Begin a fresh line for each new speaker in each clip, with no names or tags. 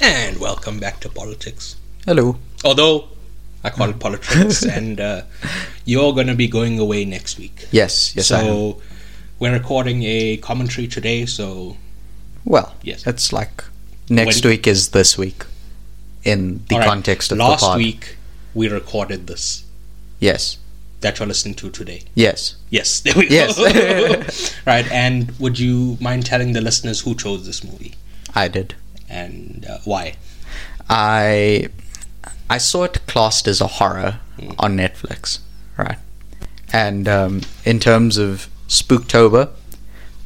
and welcome back to politics.
Hello.
Although I call
Hmm.
it politics, and uh, you're going to be going away next week.
Yes, yes, I am.
so we're recording a commentary today. So
Well,
yes.
it's like next
When-
week is this week in the
All right,
context of
last
the pod.
week we recorded this
Yes,
that you're listening to today.
yes.
Yes, there we
Yes.
go. right, and would you mind telling the listeners who chose this movie
I did.
and uh, why?
I I saw it classed as a horror
Hmm.
on Netflix, right? And um, in terms of Spooktober,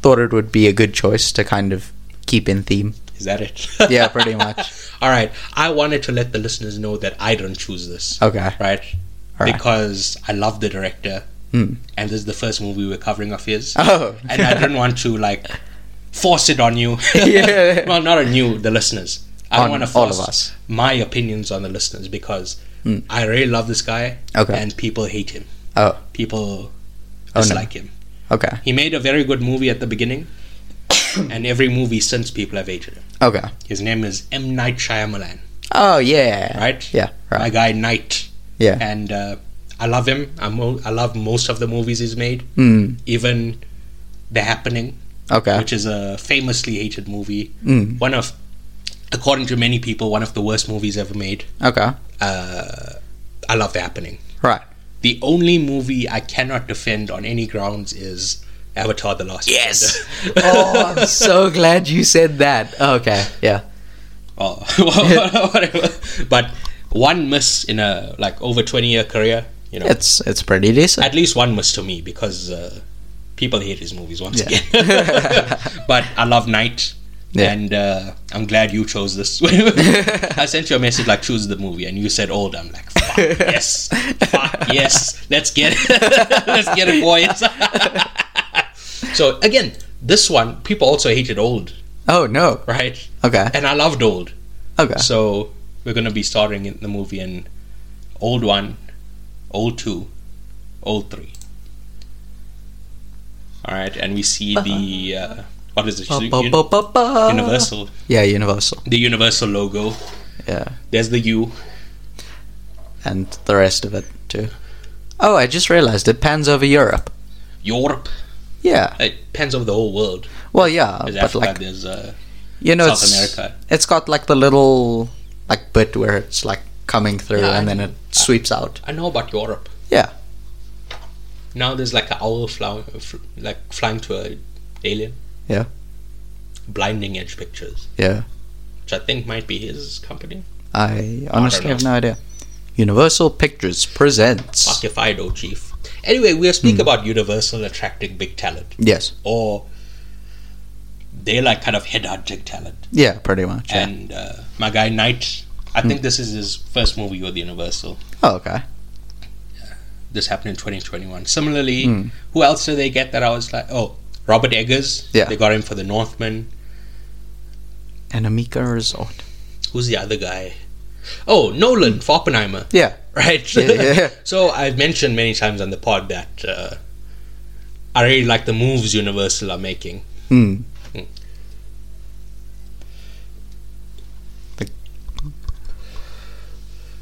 thought it would be a good choice to kind of keep in theme.
Is that it?
Yeah, pretty much.
All right. I wanted to let the listeners know that I don't choose this.
Okay.
Right?
All right.
Because I love the director,
Hmm.
and this is the first movie we're covering of his.
Oh.
and I didn't want to like force it on you.
Yeah.
well, not on you, the listeners. I
On
don't want to
all of
force
us. Hmm.
my opinions on the listeners because I really love this guy,
Okay.
and people hate him.
Oh.
People
Oh, no.
dislike him.
Okay.
He made a very good movie at the beginning, and every movie since people have hated him.
Okay.
His name is M. Night Shyamalan
Oh yeah.
right?
Yeah.
My
Right.
guy Knight,
Yeah.
and uh, I love him. I, mo- I love most of the movies he's made,
Mm.
even The Happening,
Okay.
which is a famously hated movie.
Mm.
One of, according to many people, one of the worst movies ever made.
Okay.
Uh, I love The Happening.
Right.
The only movie I cannot defend on any grounds is Avatar: The Last.
Yes.
Airbender.
oh, I'm so glad you said that. Okay. Yeah.
Oh, whatever. But one miss in a like over twenty year career, you know.
It's it's pretty decent.
at least one was to me because uh, people hate his movies once
Yeah.
again. but I love Night,
Yeah.
and uh, I'm glad you chose this. I sent you a message like choose the movie, and you said old. I'm like fuck yes, fuck yes, let's get it, let's get it, boys. so again, this one people also hated old,
Oh no.
right?
Okay.
And I loved old,
Okay.
so we're gonna be starting in the movie in old one, old two, old three. All right, and we see the uh, what is it?
Uh-huh. Ba-
Uni-
ba- ba- ba- ba.
Universal,
Yeah, Universal.
the Universal logo.
Yeah,
There's the U.
and the rest of it too. Oh, I just realized it pans over Europe.
Europe.
Yeah.
It pans over the whole world.
Well, yeah,
There's
but
Africa.
like
there's uh,
you know,
South
it's
America.
it's got like the little like bit where it's like coming through
Yeah, I
and then
know.
it sweeps out.
I know about Europe.
Yeah.
Now there's like an owl fly, f- like flying to a alien.
Yeah.
Blinding Edge Pictures,
Yeah.
which I think might be his company.
I honestly
know.
have no idea. Universal Pictures presents.
Fuck if I know, Chief. Anyway, we'll speak
Hmm.
about Universal attracting big talent,
Yes.
or they like kind of headhunting talent.
Yeah, pretty much. Yeah. Hmm.
And uh, my guy Knight, I think this is his first movie with Universal.
oh, okay.
This happened in 2021. Similarly,
Hmm.
who else did they get that I was like, oh, Robert Eggers.
Yeah.
They got him for The Northman.
An Amica Resort.
Who's the other guy? Oh, Nolan
Hmm.
for Oppenheimer.
Yeah.
right?
Yeah, yeah, yeah.
so I've mentioned many times on the pod that uh, I really like the moves Universal are making.
Hmm.
Mm.
The-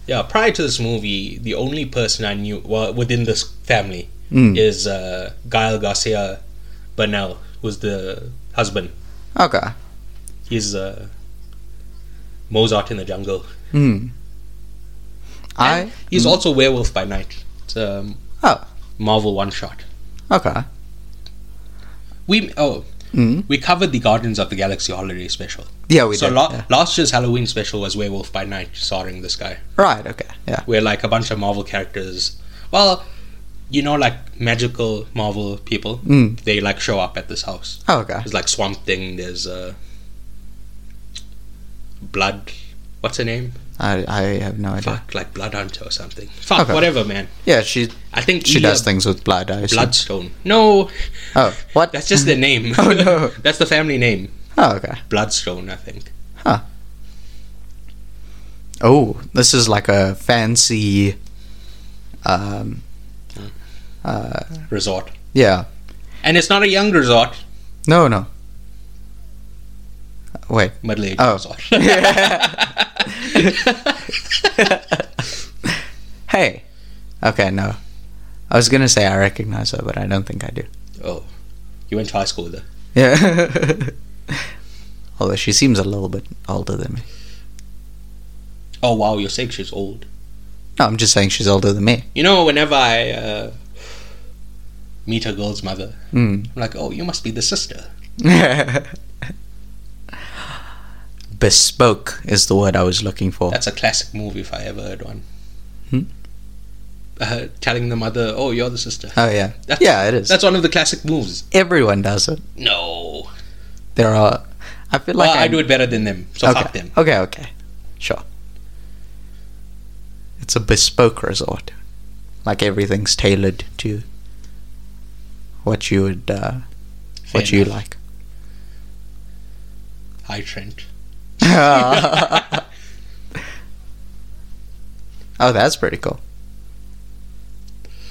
Yeah, prior to this movie, the only person I knew well, within this family
Mm.
is uh, Gael Garcia Bernal, who's the husband.
Okay.
He's uh, Mozart in the Jungle.
Hmm. I.
And
Hmm.
he's also Werewolf by Night. It's a
Oh.
Marvel one shot.
Okay.
We oh
Mm.
we covered the Guardians of the Galaxy holiday special.
Yeah, we
so
did.
la-
yeah.
last year's Halloween special was Werewolf by Night, starring this guy,
Right. Okay. Yeah.
where like a bunch of Marvel characters, well, you know, like magical Marvel people,
Mm.
they like show up at this house.
Oh, okay.
There's like Swamp Thing. There's uh, Blood. What's her name?
I, I have no idea.
Fuck, like Blood Hunter or something. Fuck,
Okay.
whatever, man.
Yeah, she
I think
she
Ilya
does things with blood. I assume.
Bloodstone. No,
Oh, what?
that's just their name.
Oh, no.
that's the family name.
Oh, okay.
Bloodstone, I think.
Oh, this is like a fancy. Um. Uh.
Resort.
Yeah.
And it's not a young resort.
No. No. Wait.
Middle aged
Oh.
sorry.
Hey. Okay, no. I was gonna say I recognize her, but I don't think I do.
oh, you went to high school there.
Yeah. Although she seems a little bit older than me.
Oh wow, you're saying she's old.
No, I'm just saying she's older than me.
You know, whenever I uh, meet a girl's mother,
Mm.
I'm like, oh, you must be the sister.
Bespoke is the word I was looking for.
That's a classic movie if I ever heard one.
Hmm?
Uh, telling the mother, oh, you're the sister.
Oh yeah,
That's-
yeah, it is.
That's one of the classic moves.
Everyone does it.
No.
There are. I feel like
Well, I
I'm-
do it better than them, so
okay.
fuck them.
Okay, okay, sure. It's a bespoke resort, like everything's tailored to what you would, uh,
Fair
what you
enough.
like.
Hi, Trent.
oh, that's pretty cool.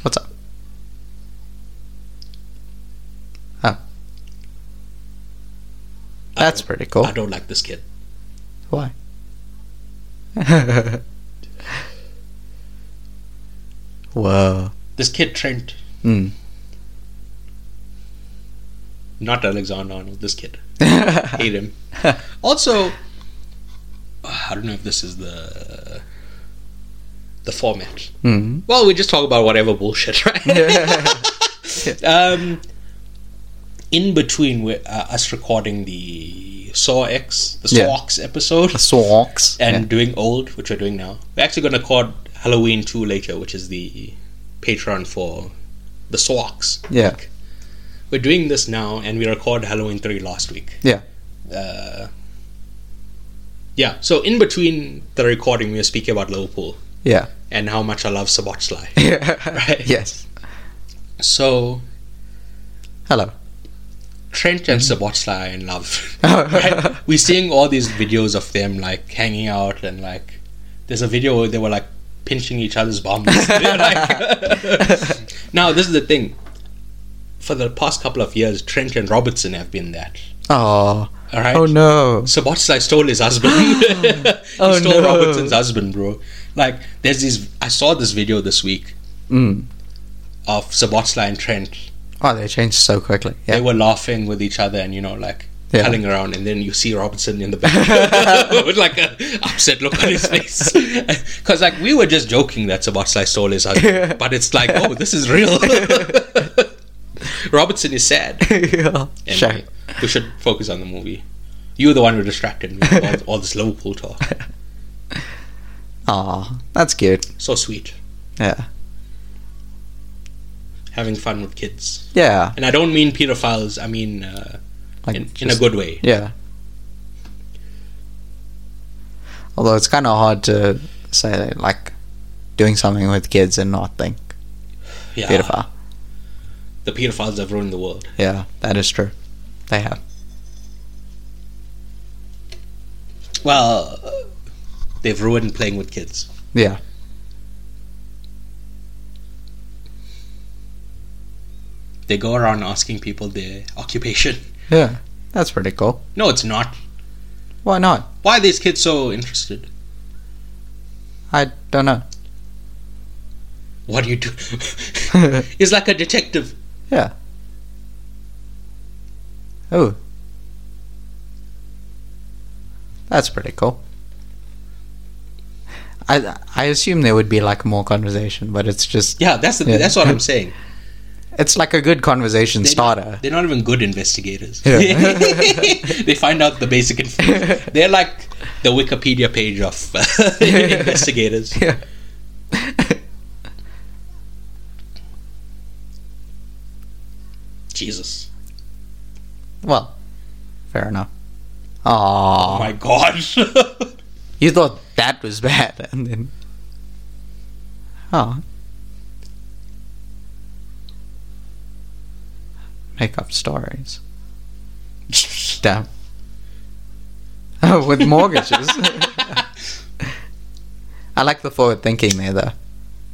What's up?
I
Oh, that's
don't-
pretty cool.
I don't like this kid.
Why? Whoa.
This kid, Trent,
Mm.
not Alexander Arnold, this kid.
yeah.
Hate him. also, uh, I don't know if this is the the format.
Mm.
Well, we just talk about whatever bullshit, right? um, in between wi- uh, us recording the Saw X, the
Yeah.
Saw X episode,
The socks.
and doing old, which we're doing now. We're actually going to record Halloween 2 later, which is the Patreon for the Swax.
Yeah.
We're doing this now, and we recorded Halloween 3 last week.
Yeah.
Uh, yeah, so in between the recording, we were speaking about Liverpool
yeah.
and how much I love Sabotslai.
Yeah.
Right.
Yes.
So,
Hello.
Trent and
Mm-hmm.
Sabotslai are in love. Right? We're seeing all these videos of them like hanging out and like there's a video where they were like pinching each other's bums. They're, like- now this is the thing. For the past couple of years, Trent and Robertson have been that.
Oh.
All right.
Oh no.
Sabotslai stole his husband. he
Oh,
stole
no.
Robertson's husband, bro. Like there's these. I saw this video this week
Mm.
of Sabotslai and Trent.
Oh, they changed so quickly.
They
Yeah.
were laughing with each other and you know like.
Yeah.
Telling around, and then you see Robertson in the back with like a upset look on his face. Because like we were just joking that Sabotslai stole his husband, but it's like, oh, this is real. Robertson is sad.
yeah. Sure.
Anyway, we should focus on the movie. You're the one who distracted me with all, all this Liverpool talk.
Aw, that's cute.
So sweet,
Yeah.
having fun with kids,
Yeah.
and I don't mean pedophiles. I mean uh,
Like
in, in a
just-
good way.
Yeah. Although it's kind of hard to say that, like doing something with kids and not think
Yeah,
pedophile.
the pedophiles have ruined the world.
Yeah, that is true. They have.
Well, uh, they've ruined playing with kids.
Yeah.
They go around asking people their occupation.
Yeah. That's pretty cool.
No, it's not.
Why not?
Why are these kids so interested?
I don't know.
What do you do? it's like a detective.
Yeah. Oh. That's pretty cool. I I assume there would be like more conversation, but it's just
Yeah, that's the,
Yeah.
that's what I'm saying.
it's like a good conversation
They're not-
starter.
They're not even good investigators.
Yeah.
they find out the basic information. They're like the Wikipedia page of investigators.
Yeah.
Jesus.
Well, fair enough.
Oh
Aww.
my gosh.
you thought that was bad, and then. Oh. Make up stories. Damn. Oh, with mortgages. I like the forward thinking there, though.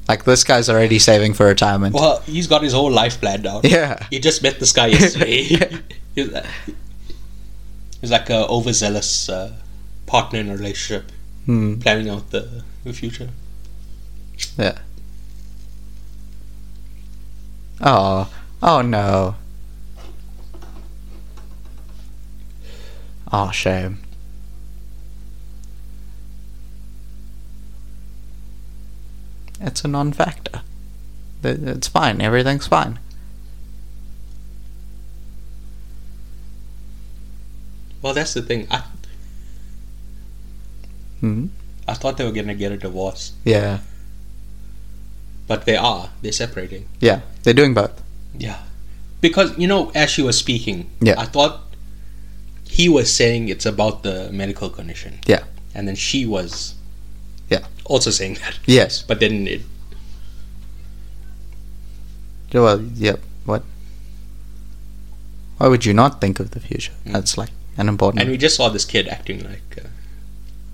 Like, this guy's already saving for retirement.
well, he's got his whole life planned out.
Yeah.
He just met this guy yesterday. He's like- He's like a overzealous uh, partner in a relationship,
Hmm.
planning out the, the future.
Yeah. Oh, oh no. Oh, shame. It's a non factor. It's fine, everything's fine.
Well, that's the thing. I
Hmm?
I thought they were gonna get a divorce,
Yeah,
but they are. They're separating.
yeah, they're doing both.
Yeah, because you know, as she was speaking,
Yeah.
I thought he was saying it's about the medical condition.
Yeah.
and then she was,
Yeah.
also saying that.
Yes.
But then it
Well, yep. What? Why would you not think of the future? That's like an important.
And we just saw this kid acting like, uh,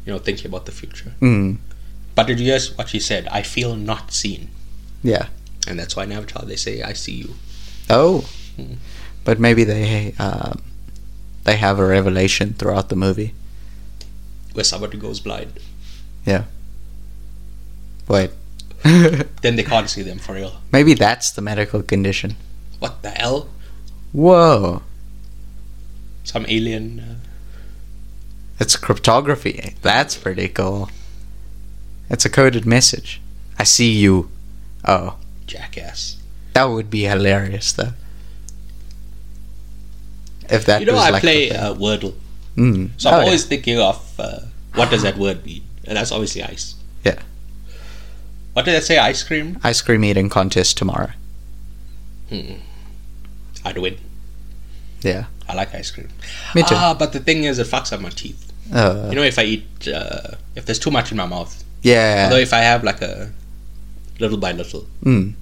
you know, thinking about the future.
Mm,
But did you guess what she said? I feel not seen.
yeah.
And that's why in Avatar they say, I see you.
Oh,
Mm.
but maybe they uh, they have a revelation throughout the movie.
Where somebody goes blind.
Wait,
Then they can't see them for real.
maybe that's the medical condition.
What the hell?
Whoa,
Some alien. Uh,
it's cryptography. That's pretty cool. It's a coded message. I see you. Oh,
jackass.
that would be hilarious though. If that
you know,
was
I
like the
play
thing.
uh, Wordle.
Mm.
So
Oh,
I'm
yeah.
always thinking of uh, what does that word mean? And that's obviously ice.
Yeah.
What did I say? Ice cream?
ice cream eating contest tomorrow.
I'd win.
Yeah,
I like ice cream.
me too.
Ah, but the thing is, it fucks up my teeth.
Uh,
You know, if I eat, uh, if there's too much in my mouth,
yeah.
Although if I have like a little by little,
Mm.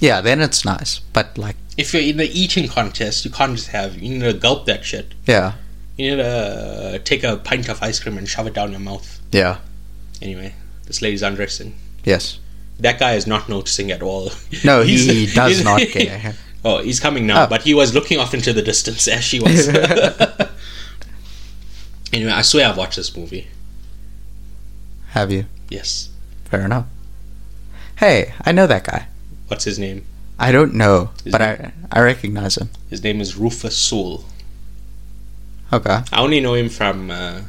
Yeah, then it's nice. But like,
if you're in the eating contest, you can't just have you need to gulp that shit.
yeah,
You need to uh, take a pint of ice cream and shove it down your mouth.
yeah,
Anyway, this lady's undressing.
yes.
That guy is not noticing at all.
No, he,
He's-
does
he's-
not care.
Oh, he's coming now,
Oh.
but he was looking off into the distance as she was. anyway, I swear I've watched this movie.
Have you?
Yes.
Fair enough. Hey, I know that guy.
What's his name?
I don't know,
His
but I I recognize him.
His name is Rufus Sewell.
Okay.
I only know him from uh,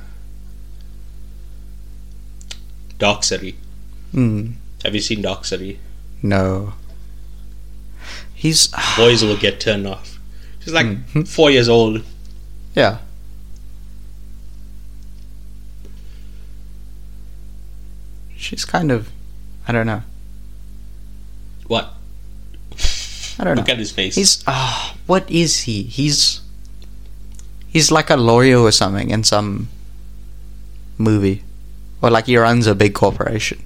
Dark City.
Mm,
Have you seen Dark City?
no. He's
Boys will get turned off. She's like
Mhm.
four years old.
yeah. She's kind of, I don't know.
What?
I don't know.
Look at his face.
He's ah, what is he? He's he's like a lawyer or something in some movie, or like he runs a big corporation.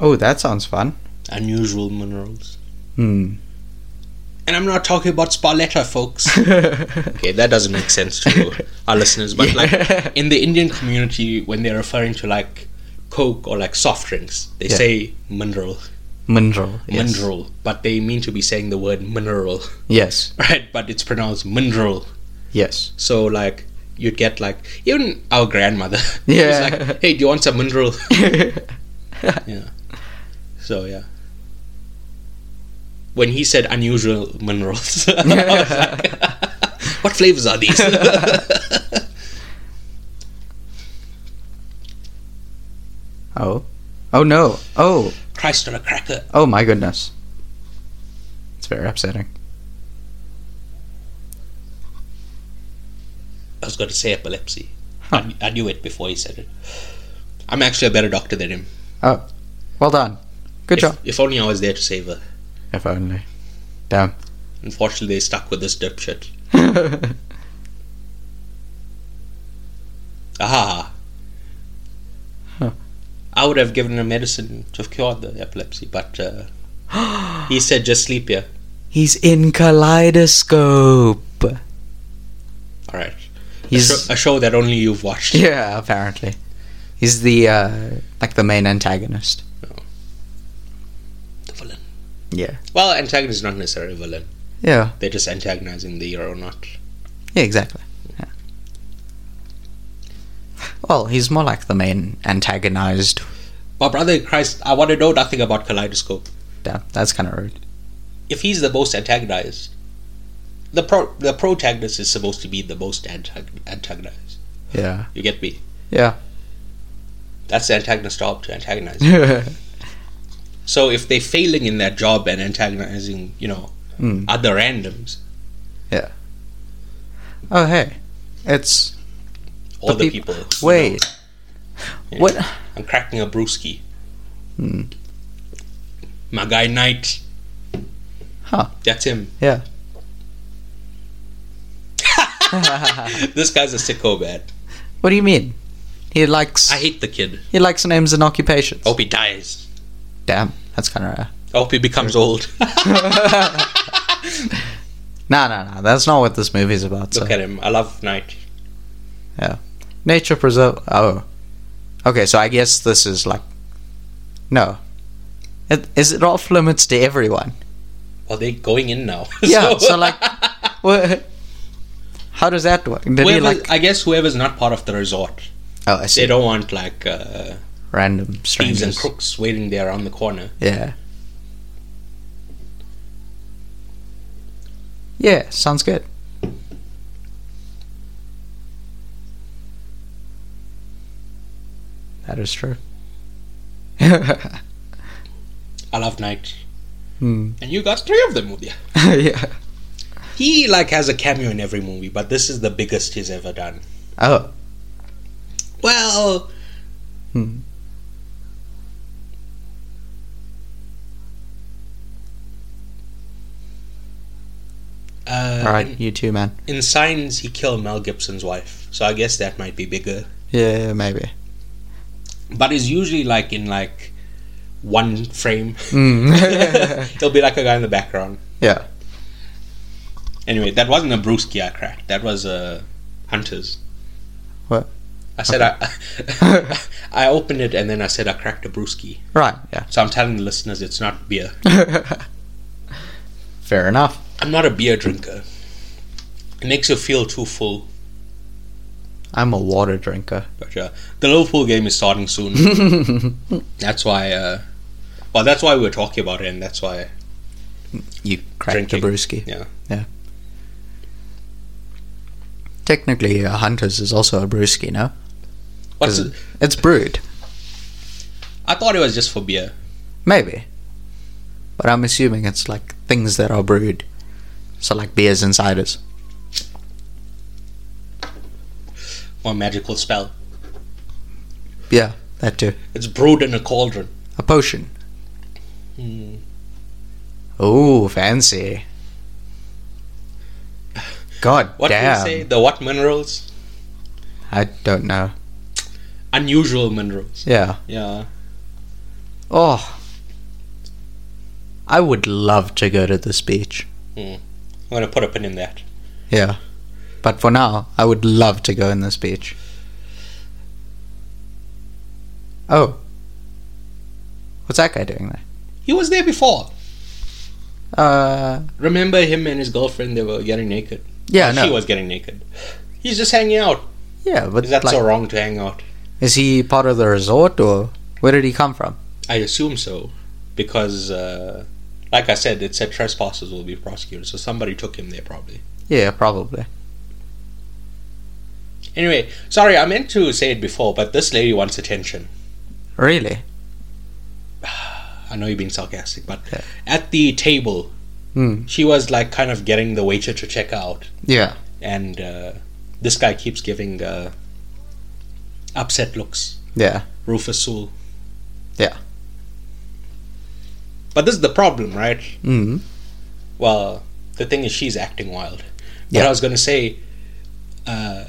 Oh, that sounds fun.
Unusual minerals.
Hmm.
And I'm not talking about Sparletta, folks. okay, that doesn't make sense to our listeners. But like in the Indian community, when they're referring to like Coke or like soft drinks, they
Yeah.
say mineral,
Mineral. Yes.
mineral, but they mean to be saying the word mineral,
Yes.
right? But it's pronounced mineral.
Yes.
So like you'd get like even our grandmother.
Yeah.
She's like, hey, do you want some mineral? yeah. So yeah. When he said unusual minerals, I was like, what flavors are these?
Oh. Oh no. Oh.
Christ on a cracker.
Oh my goodness. It's very upsetting.
I was going to say epilepsy. I, I knew it before he said it. I'm actually a better doctor than him.
Oh. Well done. Good
If,
job.
if only I was there to save her.
If only. Damn.
Unfortunately, they stuck with this dipshit. Ah.
Huh.
I would have given him medicine to have cured the epilepsy, but uh, he said just sleep here.
He's in Kaleidoscope.
All right. A,
He's
sho- a show that only you've watched.
yeah, apparently. He's the uh, like the main antagonist.
The villain.
Yeah.
Well, antagonist is not necessarily a villain.
Yeah.
They're just antagonizing the not.
Yeah. Exactly. Yeah. Well, he's more like the main antagonized.
My brother in Christ, I want to know nothing about Kaleidoscope.
Damn, that's kind of rude.
If he's the most antagonized, the pro- the protagonist is supposed to be the most antag- antagonized.
Yeah.
You get me?
Yeah.
That's the antagonist's job to antagonize.
Oh,
So if they're failing in that job and antagonizing, you know,
Mm.
other randoms
oh hey, it's
or
The
the,
peop-
people, you
wait.
know,
What?
I'm cracking a brewski.
Hmm.
My guy Knight.
Huh.
That's him.
Yeah.
This guy's a sicko man.
What do you mean? He likes
I Oh. hate the kid.
he likes names and occupations.
I hope he dies.
damn, that's kind of rare.
I hope he becomes old.
No, no, no. That's not what this movie's about. So.
Look at him. I love Knight.
Nature preserve. Oh, okay. So I guess this is like, no. It, is it off limits to everyone?
Well, they're going in now.
Yeah. so, like, what, how does that work? Did he
whoever,
like?
I guess whoever's not part of the resort,
Oh, I
they
see.
don't want like uh,
Random
thieves and
strangers.
crooks waiting there around the corner.
Yeah. Yeah. Sounds good. That is true.
I love Knight,
Hmm.
and you got three of them with you.
yeah.
He like has a cameo in every movie, but this is the biggest he's ever done.
Oh.
Well,
Hmm.
uh,
All right,
in,
you too, man.
in Signs, he killed Mel Gibson's wife, so I guess that might be bigger.
Yeah, maybe.
But it's usually like in like one frame.
Mm.
He'll be like a guy in the background.
yeah.
Anyway, that wasn't a brewski I cracked. That was a Hunter's.
What?
I said I, I opened it and then I said I cracked a brewski.
Right. Yeah.
So I'm telling the listeners it's not beer.
Fair enough.
I'm not a beer drinker. It makes you feel too full.
I'm a water drinker.
But uh, the Liverpool game is starting soon. that's why. Uh, well, that's why we were talking about it, and that's why.
You crack
Drinking.
the brewski.
Yeah.
Yeah. Technically, uh, Hunter's is also a brewski, no?
What's
'Cause
it?
It's brewed,
I thought it was just for beer.
maybe. But I'm assuming it's like things that are brewed. So, like beers and ciders.
Or magical spell.
Yeah, that too.
It's brewed in a cauldron.
A potion.
Hmm.
Oh, fancy. God
What do you
damn.
say? The what minerals?
I don't know.
Unusual minerals.
Yeah.
Yeah.
Oh. I would love to go to this beach.
I'm gonna put a pin in that.
Yeah. But for now, I would love to go in this beach. Oh. What's that guy doing there?
He was there before.
Uh
Remember him and his girlfriend? They were getting naked.
yeah,
Uh, She
no.
was getting naked. He's just hanging out.
Yeah, but
That's
like,
so wrong to hang out.
is he part of the resort or where did he come from?
I assume so, because, uh, like I said, it said trespassers will be prosecuted, so somebody took him there probably.
Yeah, probably.
Anyway, sorry, I meant to say it before, but this lady wants attention.
Really?
I know you're being sarcastic, but
Yeah.
at the table,
Hmm.
she was like kind of getting the waiter to check out,
Yeah.
and uh, this guy keeps giving uh, upset looks.
Yeah.
Rufus Sewell.
Yeah.
But this is the problem, right?
Mm.
Well, the thing is, she's acting wild. But
Yeah.
I was gonna say, uh,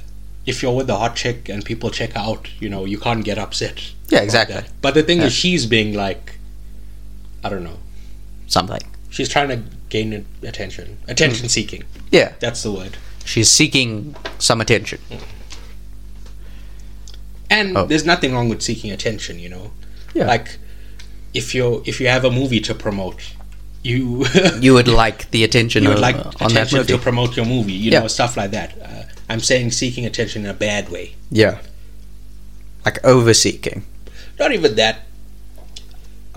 if you're with a hot chick and people check out, you know, you can't get upset.
Yeah,
about
exactly.
that. But the thing
Yeah.
is, she's being like, I don't know,
Something.
She's trying to gain attention. Attention seeking.
Yeah,
That's the word.
she's seeking some attention.
And
Oh.
there's nothing wrong with seeking attention, you know.
Yeah.
Like if you're if you have a movie to promote, you
You would like the attention
you would
on-
like
uh, on that
attention
movie.
to promote your movie, you
Yeah.
know, stuff like that. Uh, I'm saying seeking attention in a bad way.
yeah, like over seeking.
Not even that.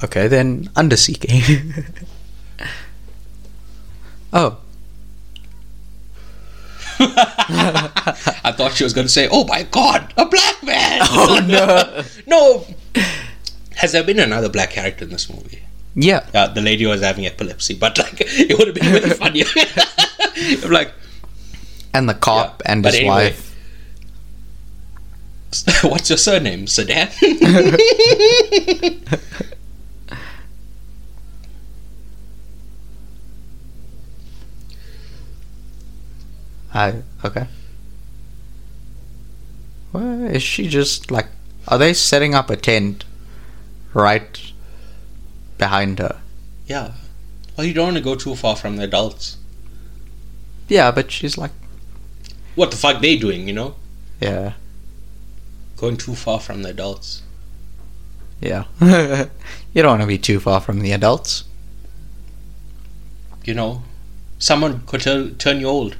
Okay, then under seeking. oh,
I thought she was going to say, "Oh my God, a black man!"
Oh, no.
no. Has there been another black character in this movie?
yeah.
Uh, the lady was having epilepsy, but like it would have been really funny. I'm like,
And the cop
Yeah,
and
but
his
anyway.
wife.
what's your surname, Sedan?
I okay. Well, is she just like? Are they setting up a tent right behind her?
yeah. Well, you don't want to go too far from the adults.
Yeah, but she's like,
What the fuck they doing? You know,
yeah,
going too far from the adults.
yeah. you don't want to be too far from the adults.
You know, someone could tur- turn you old.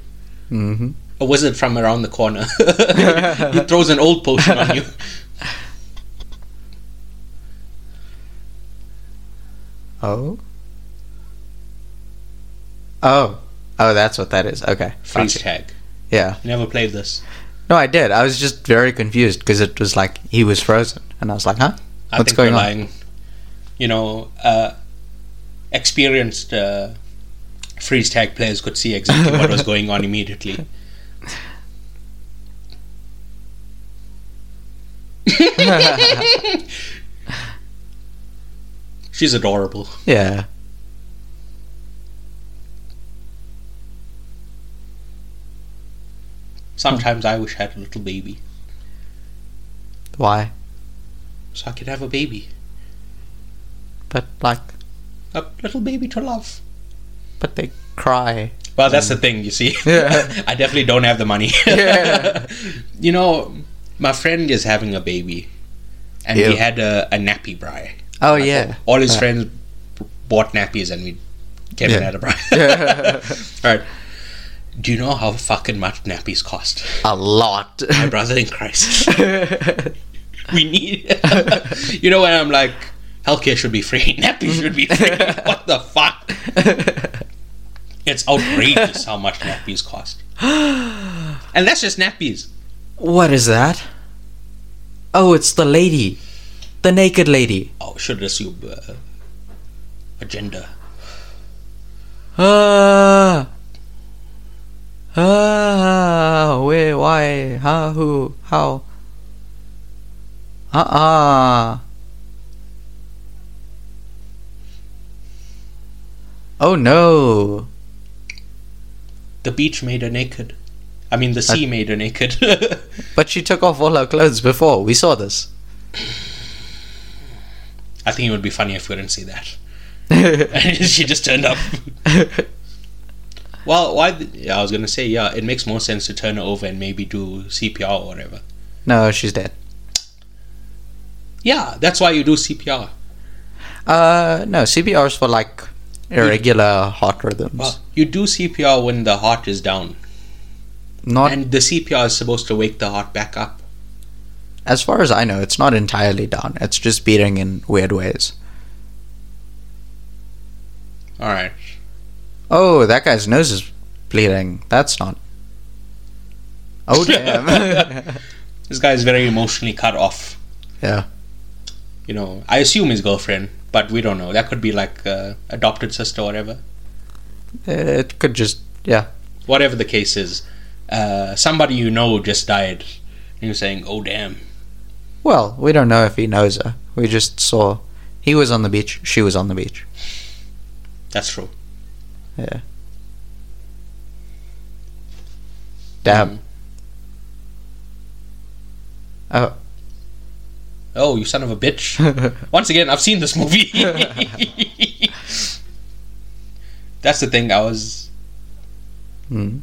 Mm-hmm.
A wizard from around the corner. he throws an old potion on you.
Oh. Oh. Oh, that's what that is. Okay.
Freeze
Gotcha.
tag.
Yeah.
Never played this.
No, I did. I was just very confused because it was like he was frozen, and I was like, huh?
I
What's
think
going on?
relying, You know, uh, experienced uh, freeze tag players could see exactly what was going on immediately. She's adorable.
Yeah.
Sometimes I wish I had a little baby
Why?
so I could have a baby,
But like,
a little baby to love.
but they cry.
Well, that's the thing, you see.
Yeah.
I definitely don't have the money.
Yeah.
you know, my friend is having a baby, and we
Ew.
had a, a nappy bri.
Oh yeah.
All his
Uh,
friends b- bought nappies, and we gave
Yeah.
it out a bri.
Yeah.
All right. Do you know how fucking much nappies cost?
A lot.
My brother in Christ. we need. you know, when I'm like, healthcare should be free, nappies should be free. what the fuck? It's outrageous how much nappies cost. And that's just nappies.
what is that? Oh, it's the lady, the naked lady.
Oh, should assume uh, agenda.
Ah. Ah. Where? Why? How? Who? How? Ah. uh Oh no.
The beach made her naked. I mean, the sea made her naked.
But she took off all her clothes before. We saw this.
I think it would be funny if we didn't see that. she just turned up. Well, why? th- yeah, I was gonna say, yeah, it makes more sense to turn her over and maybe do CPR or whatever.
no, she's dead.
Yeah, that's why you do CPR.
Uh, no, CPR is for like irregular heart rhythms.
Well, you do CPR when the heart is down,
not
and the CPR is supposed to wake the heart back up.
as far as I know, it's not entirely down. It's just beating in weird ways.
All right.
Oh, that guy's nose is bleeding. That's not. Oh damn.
This guy is very emotionally cut off.
Yeah.
You know, I assume his girlfriend, but we don't know. That could be like uh, adopted sister, or whatever.
it could just yeah.
Whatever the case is, uh, somebody you know just died. And you're saying, "Oh damn!"
Well, we don't know if he knows her. We just saw he was on the beach. She was on the beach.
That's true.
Damn.
Mm.
Oh.
Oh, you son of a bitch! Once again, I've seen this movie. That's the thing. I was
Mm.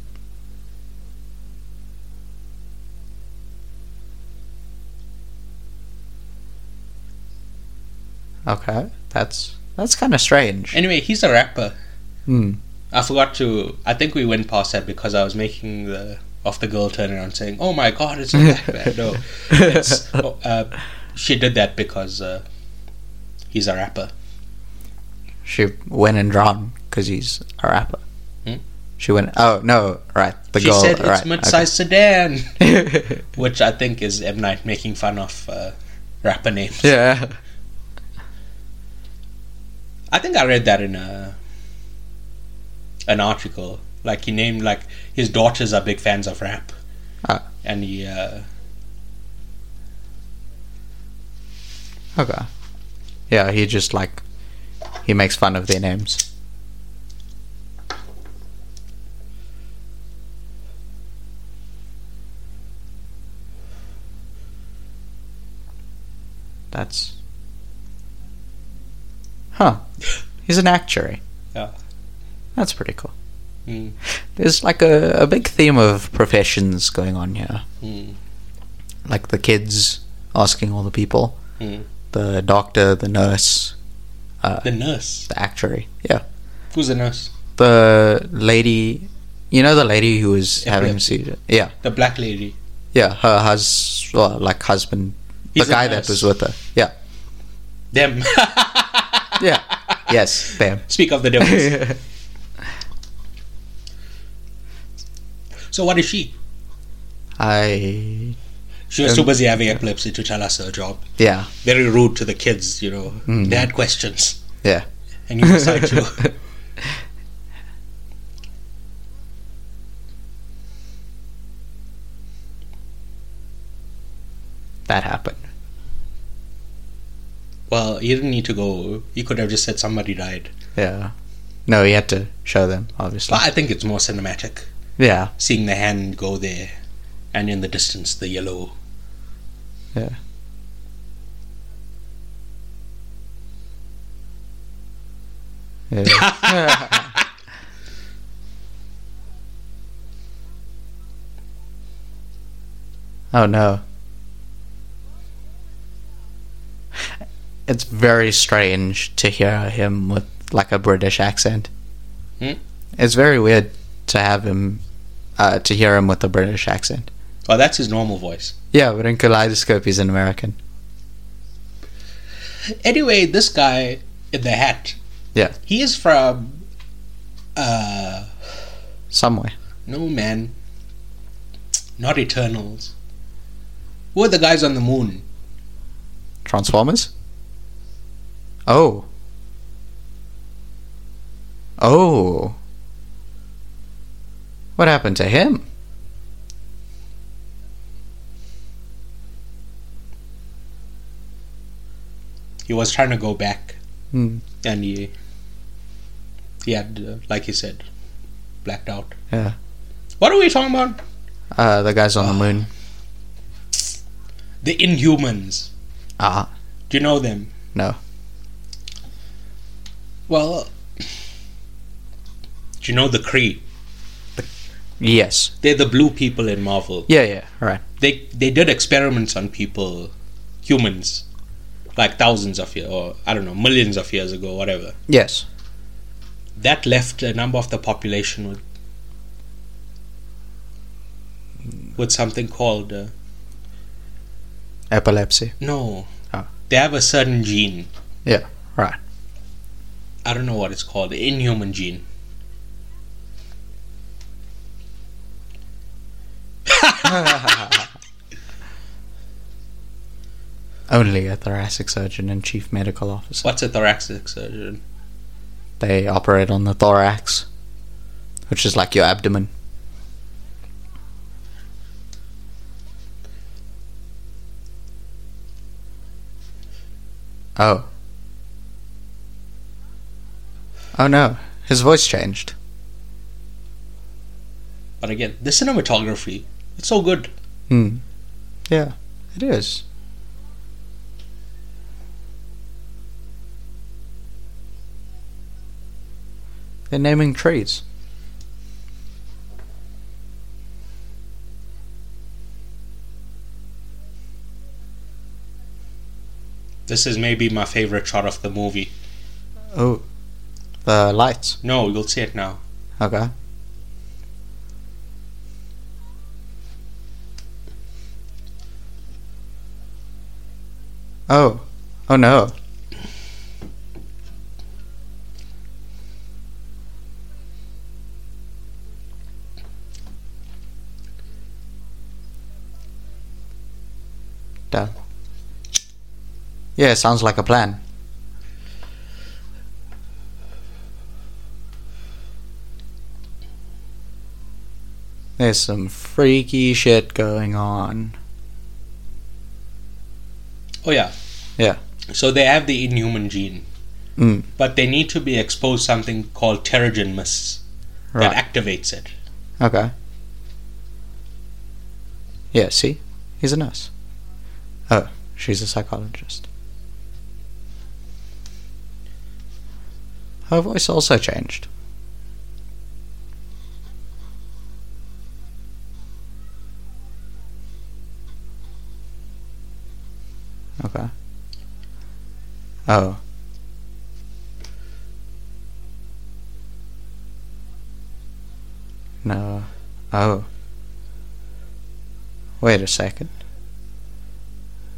Okay, that's that's kind of strange.
anyway. He's a rapper.
Mm.
I forgot to. I think we went past that because I was making the of the girl turn around saying, "Oh my god, it's a black man." No,
Hmm.
it's, oh, uh, she did that because uh, he's a rapper.
She went and drowned because he's a rapper.
Hmm?
She went. Oh no, right. The
she
girl.
said it's
right,
mid-sized sedan,
okay.
which I think is M Night making fun of uh, rapper names.
yeah.
I think I read that in a an article. Like he named like his daughters are big fans of rap,
Ah.
and he uh,
Okay. Yeah, he just like he makes fun of their names. That's Huh. He's an actuary.
Yeah.
That's pretty cool.
mm,
There's like a, a big theme of professions going on here.
mm,
Like the kids asking all the people.
mm.
The doctor, the nurse,
the nurse.
the actuary. Yeah.
Who's the nurse?
the lady you know the lady who was having
Epilepsy.
seizure yeah
The black lady.
yeah her hus well, like husband
He's a
the guy
nurse.
that was with her yeah
Them.
yeah yes them
Speak of the devils. so what is she?
i
She was
Um,
too busy having epilepsy to tell us her job.
yeah
Very rude to the kids, you know. They had questions,
Hmm. yeah
and you decide to.
that happened
Well, you didn't need to go. You could have just said somebody died.
yeah no he had to show them obviously
But I think it's more cinematic.
yeah
seeing the hand go there, and in the distance the yellow.
Yeah. Yeah. oh no. It's very strange to hear him with like a British accent.
Hmm?
It's very weird to have him uh, to hear him with a British accent.
Oh, that's his normal voice.
Yeah, but in Kaleidoscope, he's an American.
Anyway, this guy in the hat.
Yeah.
He is from. Uh,
Somewhere.
no man. Not Eternals. Who are the guys on the moon?
Transformers? Oh. Oh. What happened to him?
He was trying to go back,
Hmm.
and he. He had, uh, like he said, blacked out.
Yeah.
What are we talking about?
Uh, the guys on the moon.
The Inhumans.
Ah,
Do you know them?
no.
Well, do you know the Kree?
Yes.
They're the blue people in Marvel.
Yeah, yeah. Right.
They they did experiments on people, humans, like thousands of years or I don't know, millions of years ago, whatever.
Yes.
That left a number of the population with with something called uh,
Epilepsy.
no.
Ah.
They have a certain gene.
Yeah. Right.
I don't know what it's called. The inhuman gene.
Only a thoracic surgeon and chief medical officer.
What's a thoracic surgeon?
They operate on the thorax, which is like your abdomen. Oh. Oh no, his voice changed.
But again, the cinematography. It's so good.
Hmm. Yeah, it is. They're naming trees.
This is maybe my favorite shot of the movie.
Oh, the lights.
No, you'll see it now.
Okay. Oh, oh no. Damn. Yeah, sounds like a plan. There's some freaky shit going on.
Oh yeah.
Yeah.
So they have the inhuman gene,
Mm,
but they need to be exposed something called pterogen mist
right.
that activates it.
Okay. Yeah, see? He's a nurse. Oh, she's a psychologist. Her voice also changed. Okay. Oh. No. Oh. Wait a second.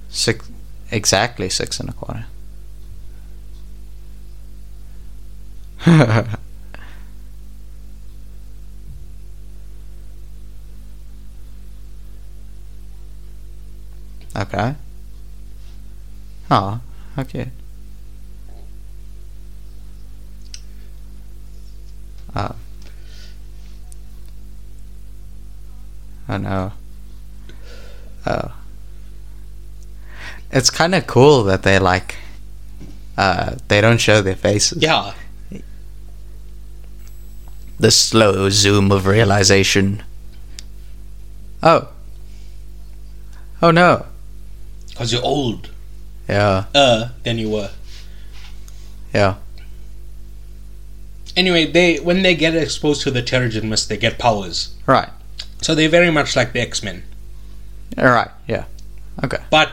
Six, exactly six and a quarter. okay. Oh, okay. Oh. Oh no. Oh. It's kind of cool that they like. Uh, they don't show their faces.
Yeah.
The slow zoom of realization. Oh. Oh no.
Because you're old.
Yeah.
Uh, than you were.
Yeah.
Anyway, they when they get exposed to the pterogen mist, they get powers.
Right.
So they're very much like the X Men.
All right. Yeah. Okay.
But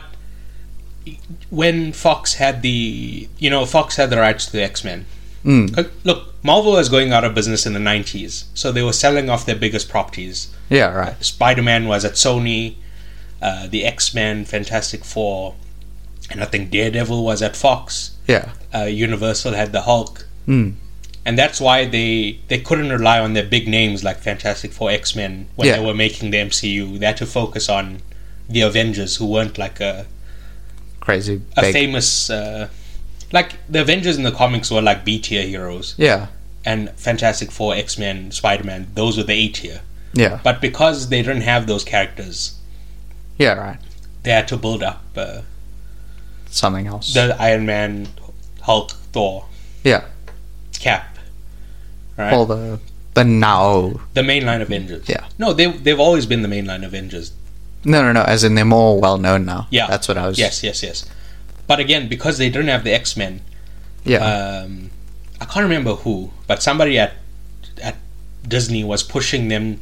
when Fox had the, you know, Fox had the rights to the X Men.
Mm.
Look, Marvel was going out of business in the 90s, so they were selling off their biggest properties.
Yeah. Right.
Spider Man was at Sony, uh, the X Men, Fantastic Four, and I think Daredevil was at Fox.
Yeah.
Uh, Universal had the Hulk.
Mm.
And that's why they, they couldn't rely on their big names like Fantastic Four, X Men when
Yeah.
they were making the MCU. They had to focus on the Avengers, who weren't like a
Crazy.
a
Big.
famous uh, like the Avengers in the comics were like B tier heroes
yeah.
and Fantastic Four, X Men, Spider Man, those were the A tier.
Yeah.
But because they didn't have those characters,
Yeah. Right.
they had to build up uh,
Something else.
the Iron Man, Hulk, Thor,
yeah.
Cap, right?
All the the now.
the mainline Avengers.
Yeah.
No, they they've always been the mainline Avengers.
No. No. No. As in they're more well known now.
Yeah.
That's what I was.
Yes, yes, yes. But again, because they didn't have the X Men,
Yeah.
um, I can't remember who, but somebody at at Disney was pushing them,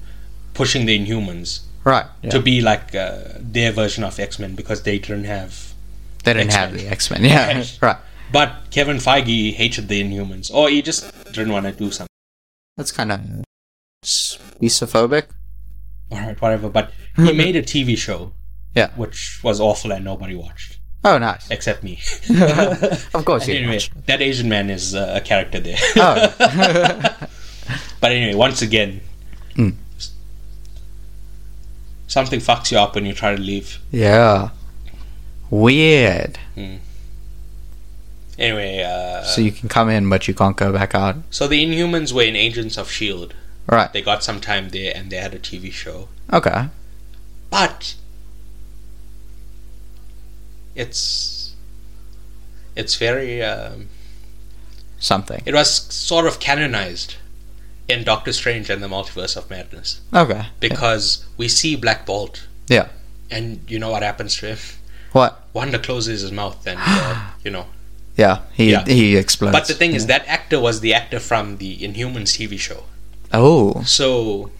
pushing the Inhumans
right. Yeah.
to be like uh, their version of X Men because they didn't have.
They didn't have
X-Men.
the X Men. Yeah,
Yes.
right.
But Kevin Feige hated the Inhumans, or he just didn't want to do something.
That's kind of misophobic.
All right, whatever. But he made a TV show,
Yeah.
which was awful and nobody watched
Oh, nice.
except me.
Of course you.
anyway,
Anyway.
that Asian man is uh, a character there.
Oh,
But anyway, once again,
Mm.
s- something fucks you up when you try to leave.
yeah. Weird.
Anyway, uh,
so you can come in, but you can't go back out.
so the Inhumans were in Agents of S.H.I.E.L.D. E
Right.
They got some time there and they had a TV show.
Okay.
But it's. It's very. Um,
Something.
it was sort of canonized in Doctor Strange and the Multiverse of Madness
Okay.
because we see Black Bolt.
Yeah.
And you know what happens to him?
What?
Wanda closes his mouth and, uh, you know.
Yeah. He
Yeah.
he explodes.
But the thing is, that act actor was the actor from the Inhumans TV show.
Oh,
So,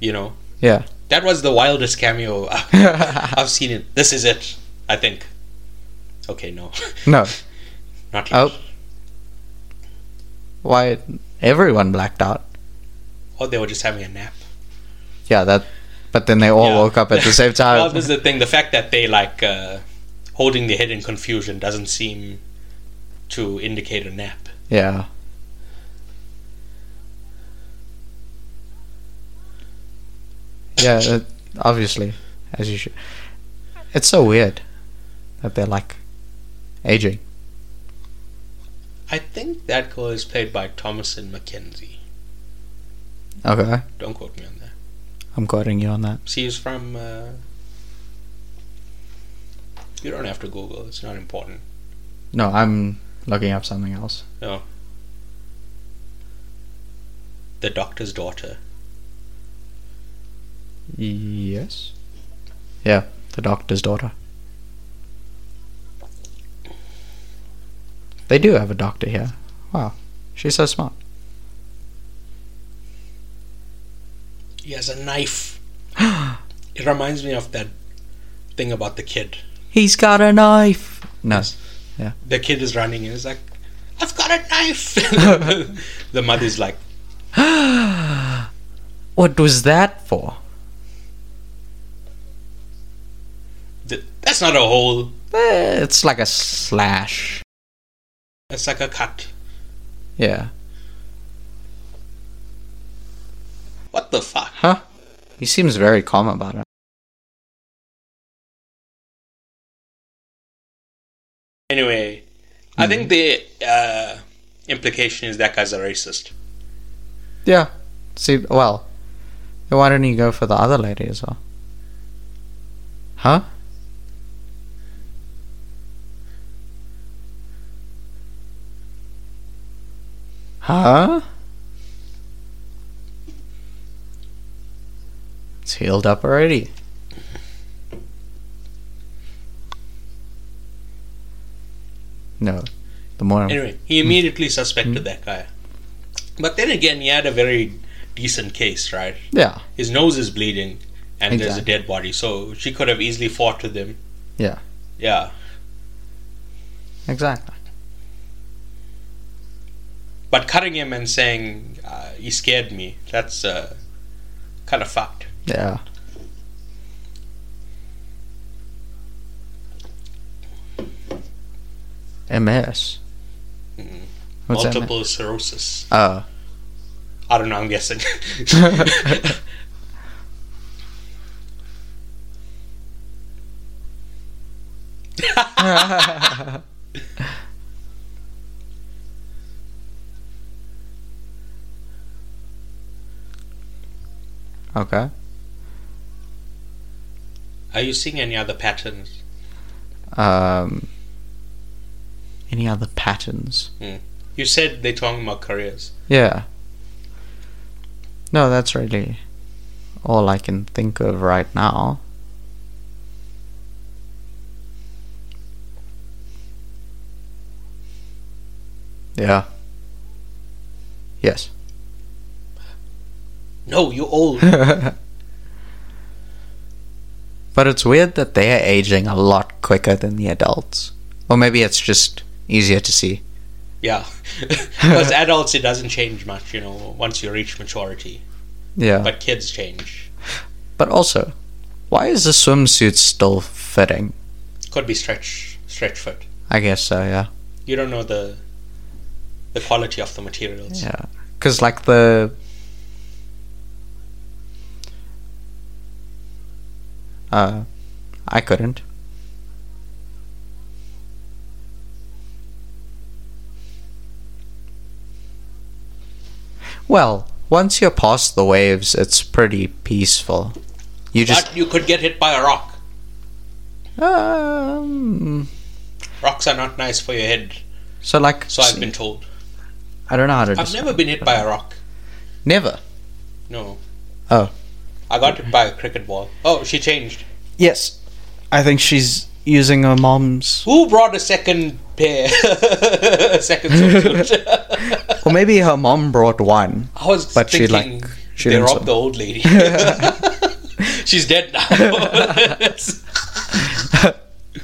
you know,
yeah.
that was the wildest cameo I've seen. It. This is it, I think. Okay, no,
No.
not yet.
Oh. Why everyone blacked out?
Or Oh, they were just having a nap.
Yeah, that. But then they all
Yeah.
woke up at the same
well,
time.
this is the thing. The fact that they like uh, holding their head in confusion doesn't seem to indicate a nap.
yeah. Yeah, that, obviously, as you should. It's so weird that they're like aging.
I think that girl is played by Thomason McKenzie.
Okay,
Don't quote me on that.
I'm quoting you on that.
She is from. Uh, you don't have to Google. It's not important.
No, I'm looking up something else.
The Doctor's Daughter.
Yes. Yeah, the doctor's daughter. They do have a doctor here. Wow, she's so smart.
He has a knife. it reminds me of that thing about the kid.
He's got a knife. No.
The kid is running and he's like, I've got a knife! the mother's like,
What was that for?
"Th- That's not a hole.
Eh, It's like a slash.
That's like a cut.
Yeah.
What the fuck?
Huh? He seems very calm about it.
Anyway, I think the uh, implication is that guy's a racist.
Yeah. See, well, then why didn't he go for the other lady as well? Huh? Huh? It's healed up already. No, the more I'm-
Anyway, he immediately suspected
Hmm.
that guy. But then again, he had a very decent case, right?
yeah,
His nose is bleeding and there's a dead body, so she could have easily fought with him.
Yeah.
Yeah.
exactly.
But cutting him and saying uh, he scared me, that's uh, kind of fucked.
Yeah. MS.
Mm.
What's that mean?
Multiple cirrhosis.
Oh,
I don't know, I'm guessing.
okay.
Are you seeing any other patterns?
Um, any other patterns?
You said they're talking about careers.
Yeah. No, that's really all I can think of right now. Yeah. Yes.
No, you're old.
but it's weird that they are aging a lot quicker than the adults. Or maybe it's just easier to see.
yeah. Because adults, it doesn't change much, you know, once you reach maturity.
Yeah. But,
But kids change.
also, why is the swimsuit still fitting?
Could be stretch, stretch foot.
I guess so, yeah.
You don't know the the quality of the materials.
Yeah. Because, like, the. Uh, I couldn't. Well, once you're past the waves, it's pretty peaceful. You just.
But you could get hit by a rock.
Um,
Rocks are not nice for your head,
so, like.
so I've been told.
I don't know how to.
I've
describe
never been hit by a rock.
it. never.
No.
Oh.
I got hit by a cricket ball. Oh, she changed.
Yes. I think she's using her mom's,
Who brought a second pair? a second sword.
or maybe her mom brought one.
I was
But she,
thinking
like, she
they
didn't
robbed
sword.
the old lady. She's dead now.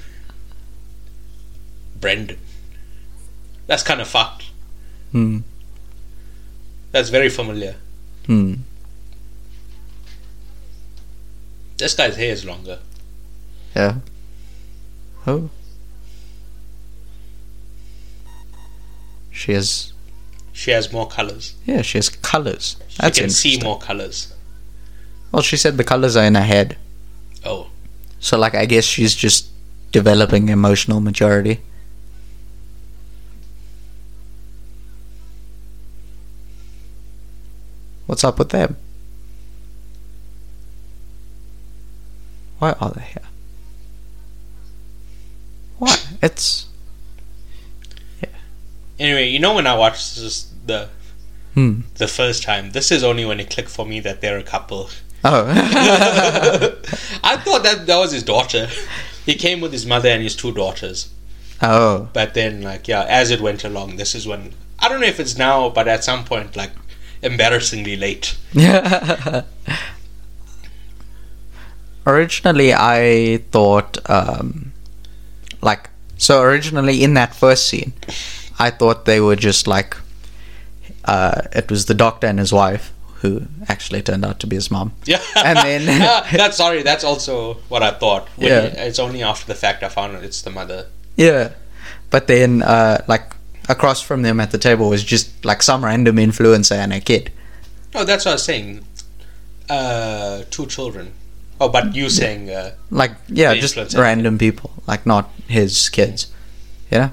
Brendan. That's kind of fucked.
Hmm.
That's very familiar.
Hmm.
This guy's hair is longer.
Yeah. Oh. She has.
She has more colors.
Yeah, she has colors.
You
That's
can see
interesting.
more colors.
Well, she said the colors are in her head.
Oh,
So, like, I guess she's just developing emotional maturity. What's up with them? Why are they here? What? It's.
anyway, you know when I watched this the
Hmm.
the first time, this is only when it clicked for me that they're a couple.
Oh.
I thought that that was his daughter. He came with his mother and his two daughters.
oh.
But then, like, yeah, as it went along, this is when I don't know if it's now, but at some point, like, embarrassingly late.
originally, I thought, um, like, so originally in that first scene, I thought they were just like, uh, it was the doctor and his wife who actually turned out to be his mom.
Yeah,
And then-
Ah, that's sorry. That's also what I thought. When-
Yeah.
it's only after the fact I found out it's the mother.
Yeah. But then, uh, like, across from them at the table was just like some random influencer and a kid.
No, that's what I was saying. Uh, two children. Oh, but you saying uh,
Like, yeah,
The
just
influencer.
random people, like, not his kids. Yeah.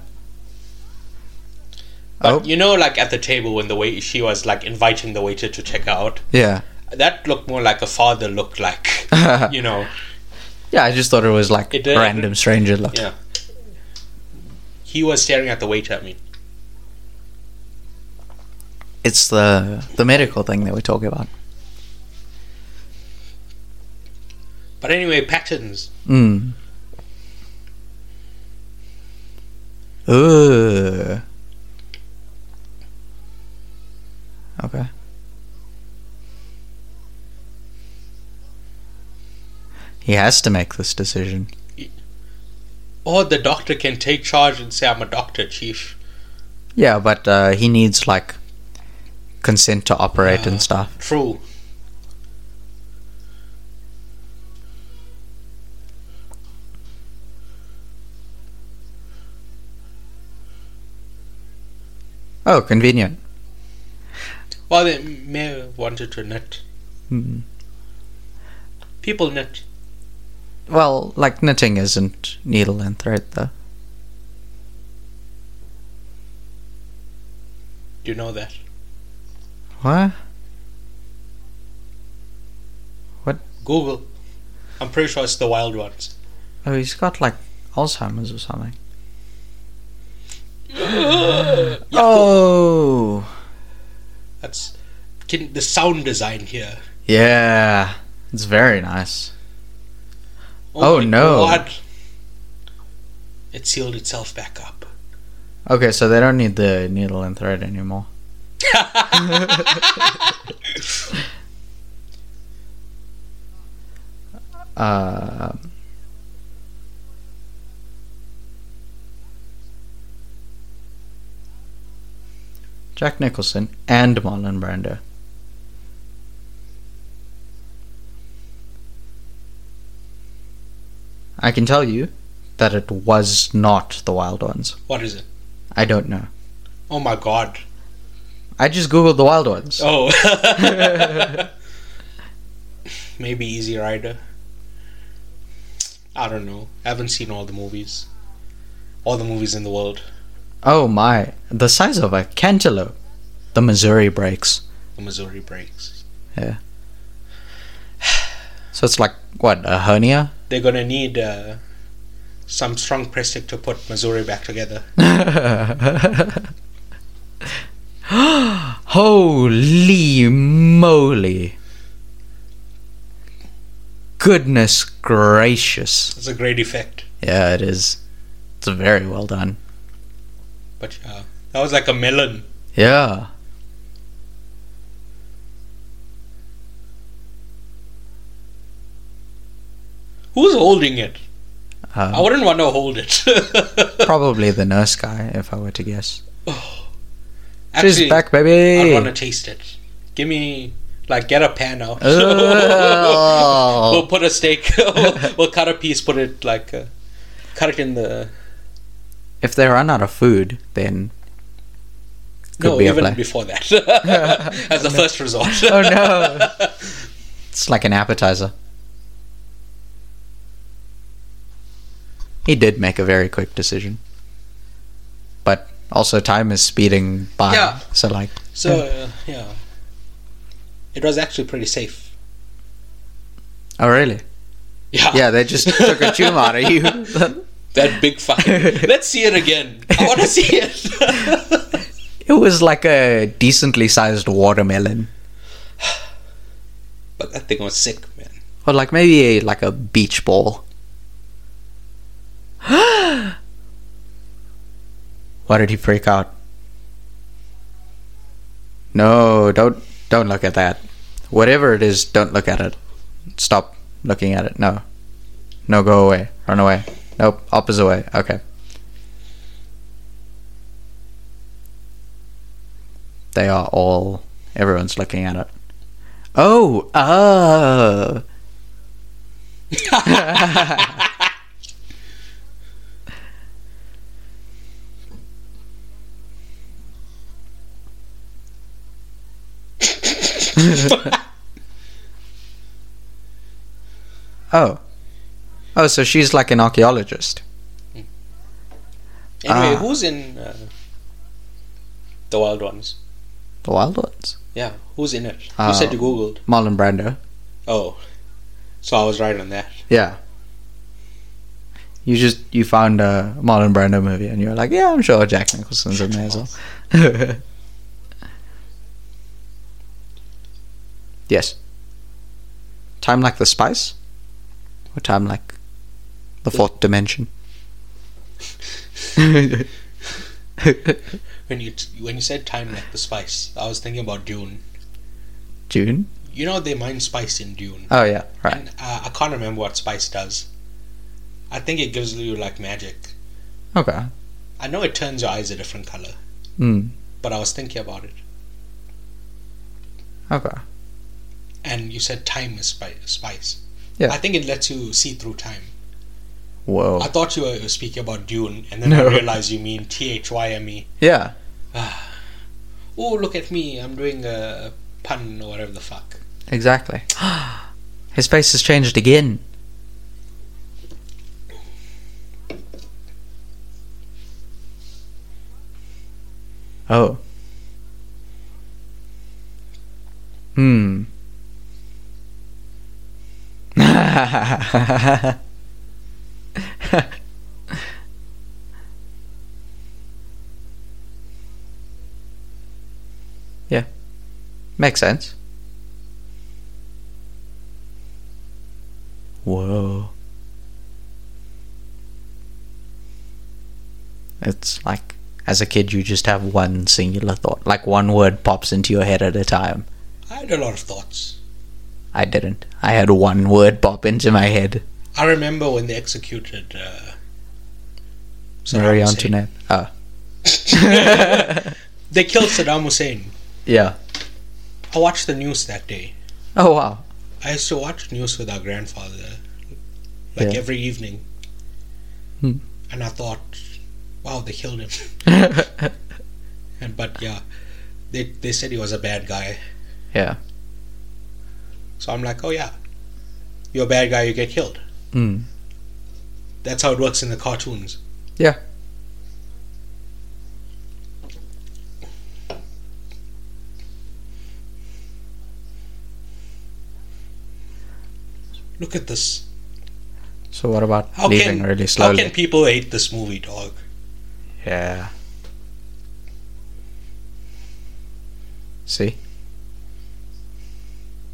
But
Oh.
you know, like at the table when the wait, she was like inviting the waiter to check out.
Yeah.
That looked more like a father looked like, you know.
Yeah, I just thought it was like
It did.
random stranger look.
Yeah. He was staring at the waiter. I mean,
It's the the medical thing that we're talking about.
but anyway, patterns.
Mm. Ooh. Okay. He has to make this decision.
Or the doctor can take charge and say, "I'm a doctor, chief."
Yeah, but uh, he needs like consent to operate
Uh,
and stuff.
True.
Oh, convenient.
Well, the mayor wanted to knit.
Hmm.
People knit.
Well, like knitting isn't needle and thread though.
You know that.
What?
Google. I'm pretty sure it's the wild ones.
Oh, he's got like Alzheimer's or something. oh,
That's can, the sound design here.
yeah, it's very nice. Oh,
my
no.
God. It sealed itself back up.
Okay, so they don't need the needle and thread anymore. Uh, Jack Nicholson and Marlon Brando. I can tell you that it was not the Wild Ones.
What is it?
I don't know.
Oh my god.
I just googled the Wild Ones.
Oh. Maybe Easy Rider. I don't know. I haven't seen all the movies. All the movies in the world.
Oh my! The size of a cantaloupe. The Missouri breaks.
The Missouri Breaks.
So it's like what a hernia.
They're gonna need uh, some strong plastic to put Missouri back together.
Holy moly! Goodness gracious!
It's a great effect.
Yeah, it is. It's very well done.
But uh, that was like a melon.
Yeah.
Who's holding it? I
Um,
wouldn't want to hold it.
probably the nurse guy, if I were to guess.
Actually,
She's back,
I
baby.
want to taste it. Give me, like, get a pan out.
Oh.
we'll put a steak. we'll, we'll cut a piece. Put it like, uh, cut it in the.
If they run out of food, then could
no,
be a
even
play.
before that, as a first resort.
Oh, no. it's like an appetizer. He did make a very quick decision, but also time is speeding by.
Yeah.
So like,
So uh, yeah, it was actually pretty safe.
oh really?
Yeah,
Yeah, they just took a tumor out of you.
that big fucking. Let's see it again. I want to see it.
it was like a decently sized watermelon,
but that thing was sick, man.
or like maybe a, like a beach ball. Why did he freak out? No, don't don't look at that. Whatever it is, don't look at it. Stop looking at it. No, no, go away. Run away. Nope, opposite way. Okay. They are all. Everyone's looking at it. Oh, oh. oh. Oh, so she's like an archaeologist.
Anyway,
Ah.
who's in uh, the Wild Ones?
The Wild Ones.
Yeah, who's in it? You
Ah.
said you googled.
Marlon Brando.
Oh, so I was right on that.
Yeah. You just you found a Marlon Brando movie and you were like, yeah, I'm sure Jack Nicholson's in there as well. yes. Time like the spice, or time like the fourth dimension.
When you t- when you said time like the spice, I was thinking about Dune.
June.
You know they mine spice in Dune.
Oh yeah, right.
And, uh, I can't remember what spice does. I think it gives you like magic.
Okay.
I know it turns your eyes a different color,
Mm.
but I was thinking about it.
Okay.
And you said time is spi- spice.
Yeah.
I think it lets you see through time.
Whoa.
I thought you were speaking about Dune, and then
No.
I realized you mean T H Y M E.
Yeah.
Oh, look at me! I'm doing a pun or whatever the fuck.
Exactly. His face has changed again. Oh. Hmm. yeah. Makes sense. Whoa. It's like, as a kid, you just have one singular thought. Like, one word pops into your head at a time.
I had a lot of thoughts.
I didn't. I had one word pop into my head.
I remember when they executed uh, Saddam
Marie
Hussein.
Antoinette. Oh.
They killed Saddam Hussein.
Yeah.
I watched the news that day.
Oh, wow.
I used to watch news with our grandfather, like
Yeah.
every evening.
Hmm.
And I thought, wow, they killed him. And, but yeah, they they said he was a bad guy.
yeah.
So I'm like, oh yeah, you're a bad guy, you get killed.
Mm.
That's how it works in the cartoons.
Yeah.
Look at this.
So, what about
How
leaving
can
really
how
slowly?
can people hate this movie, dog?
Yeah. See?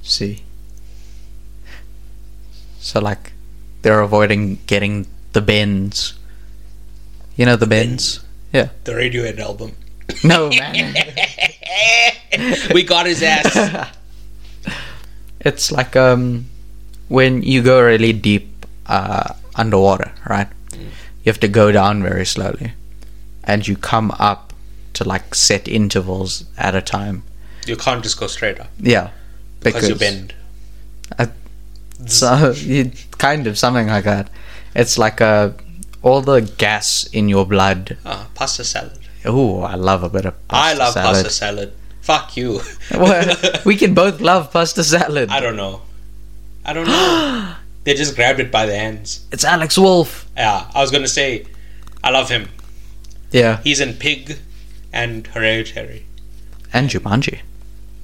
See? So, like, they're avoiding getting The Bends. You know the Bends? Yeah.
The Radiohead album.
No man.
we got his ass.
it's like um when you go really deep uh underwater right you have to go down very slowly and you come up to like set intervals at a time
You can't just go straight up
yeah
because you bend.
so you kind of something like that it's like uh all the gas in your blood
Ah, pasta salad.
oh i love a bit of
I
pasta
love
salad.
pasta salad. Fuck you.
Well, we can both love pasta salad
I don't know. I don't know. they just grabbed it by the hands.
it's alex wolf
Yeah, I was gonna say, I love him.
yeah
He's in Pig and Hereditary.
and jumanji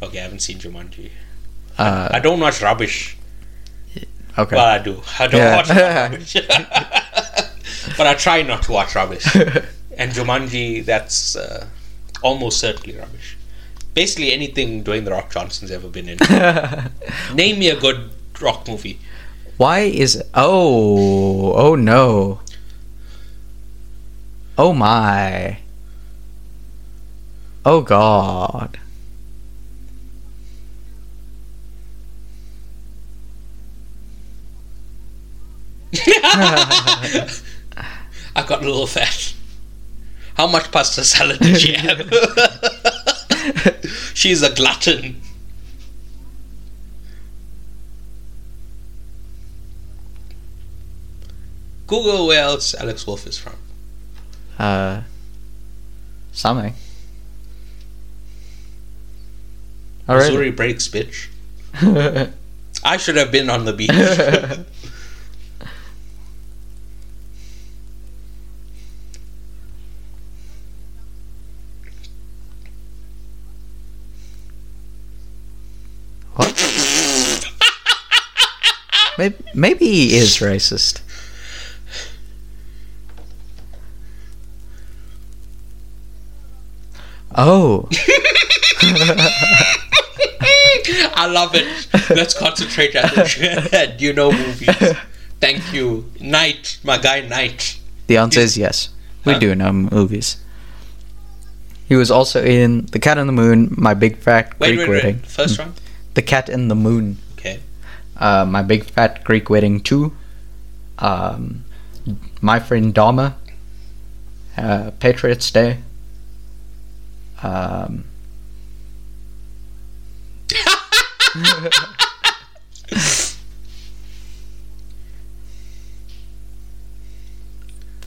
Okay, I haven't seen Jumanji.
uh
I don't watch rubbish.
okay
Well, I do. I don't
Yeah.
watch rubbish. but I try not to watch rubbish. and Jumanji, that's uh, almost certainly rubbish. Basically, anything Dwayne the Rock Johnson's ever been in. Name me a good rock movie.
Why is oh oh no oh my oh god
I got a little fat. How much pasta salad did she have? She's a glutton. Google where else Alex Wolf is from.
uh something all right
Missouri breaks, bitch. I should have been on the beach.
maybe, maybe he is racist oh
I love it. Let's concentrate at the You know movies. Thank you. Knight, my guy Knight.
The answer is yes. We
Huh?
do know movies. He was also in The Cat in the Moon, My Big Fat
Wait,
Greek
wait,
Wedding.
wait. First round?
The Cat in the Moon,
Okay.
uh, My Big Fat Greek Wedding 2, um, My Friend Dharma, uh, Patriots Day. Um,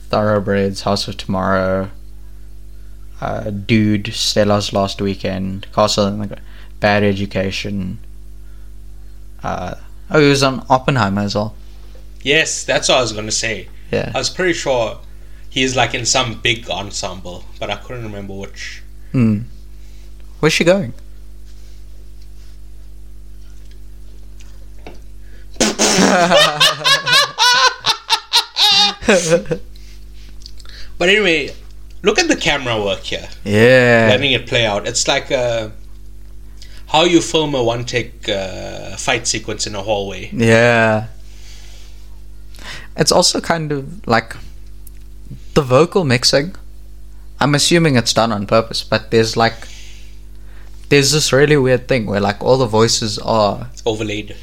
Thoroughbreds, House of Tomorrow, uh, Dude, Stella's Last Weekend, Castle in the Gra- Bad Education. Uh, oh, he was on Oppenheimer as well.
Yes, that's what I was going to say.
Yeah.
I was pretty sure he's like in some big ensemble, but I couldn't remember which.
Mm. Where's she going?
But anyway, look at the camera work here,
Yeah.
letting it play out. It's like uh, how you film a one take uh, fight sequence in a hallway.
Yeah. It's also kind of like the vocal mixing. I'm assuming it's done on purpose, but there's like there's this really weird thing where like all the voices are
It's overlaid.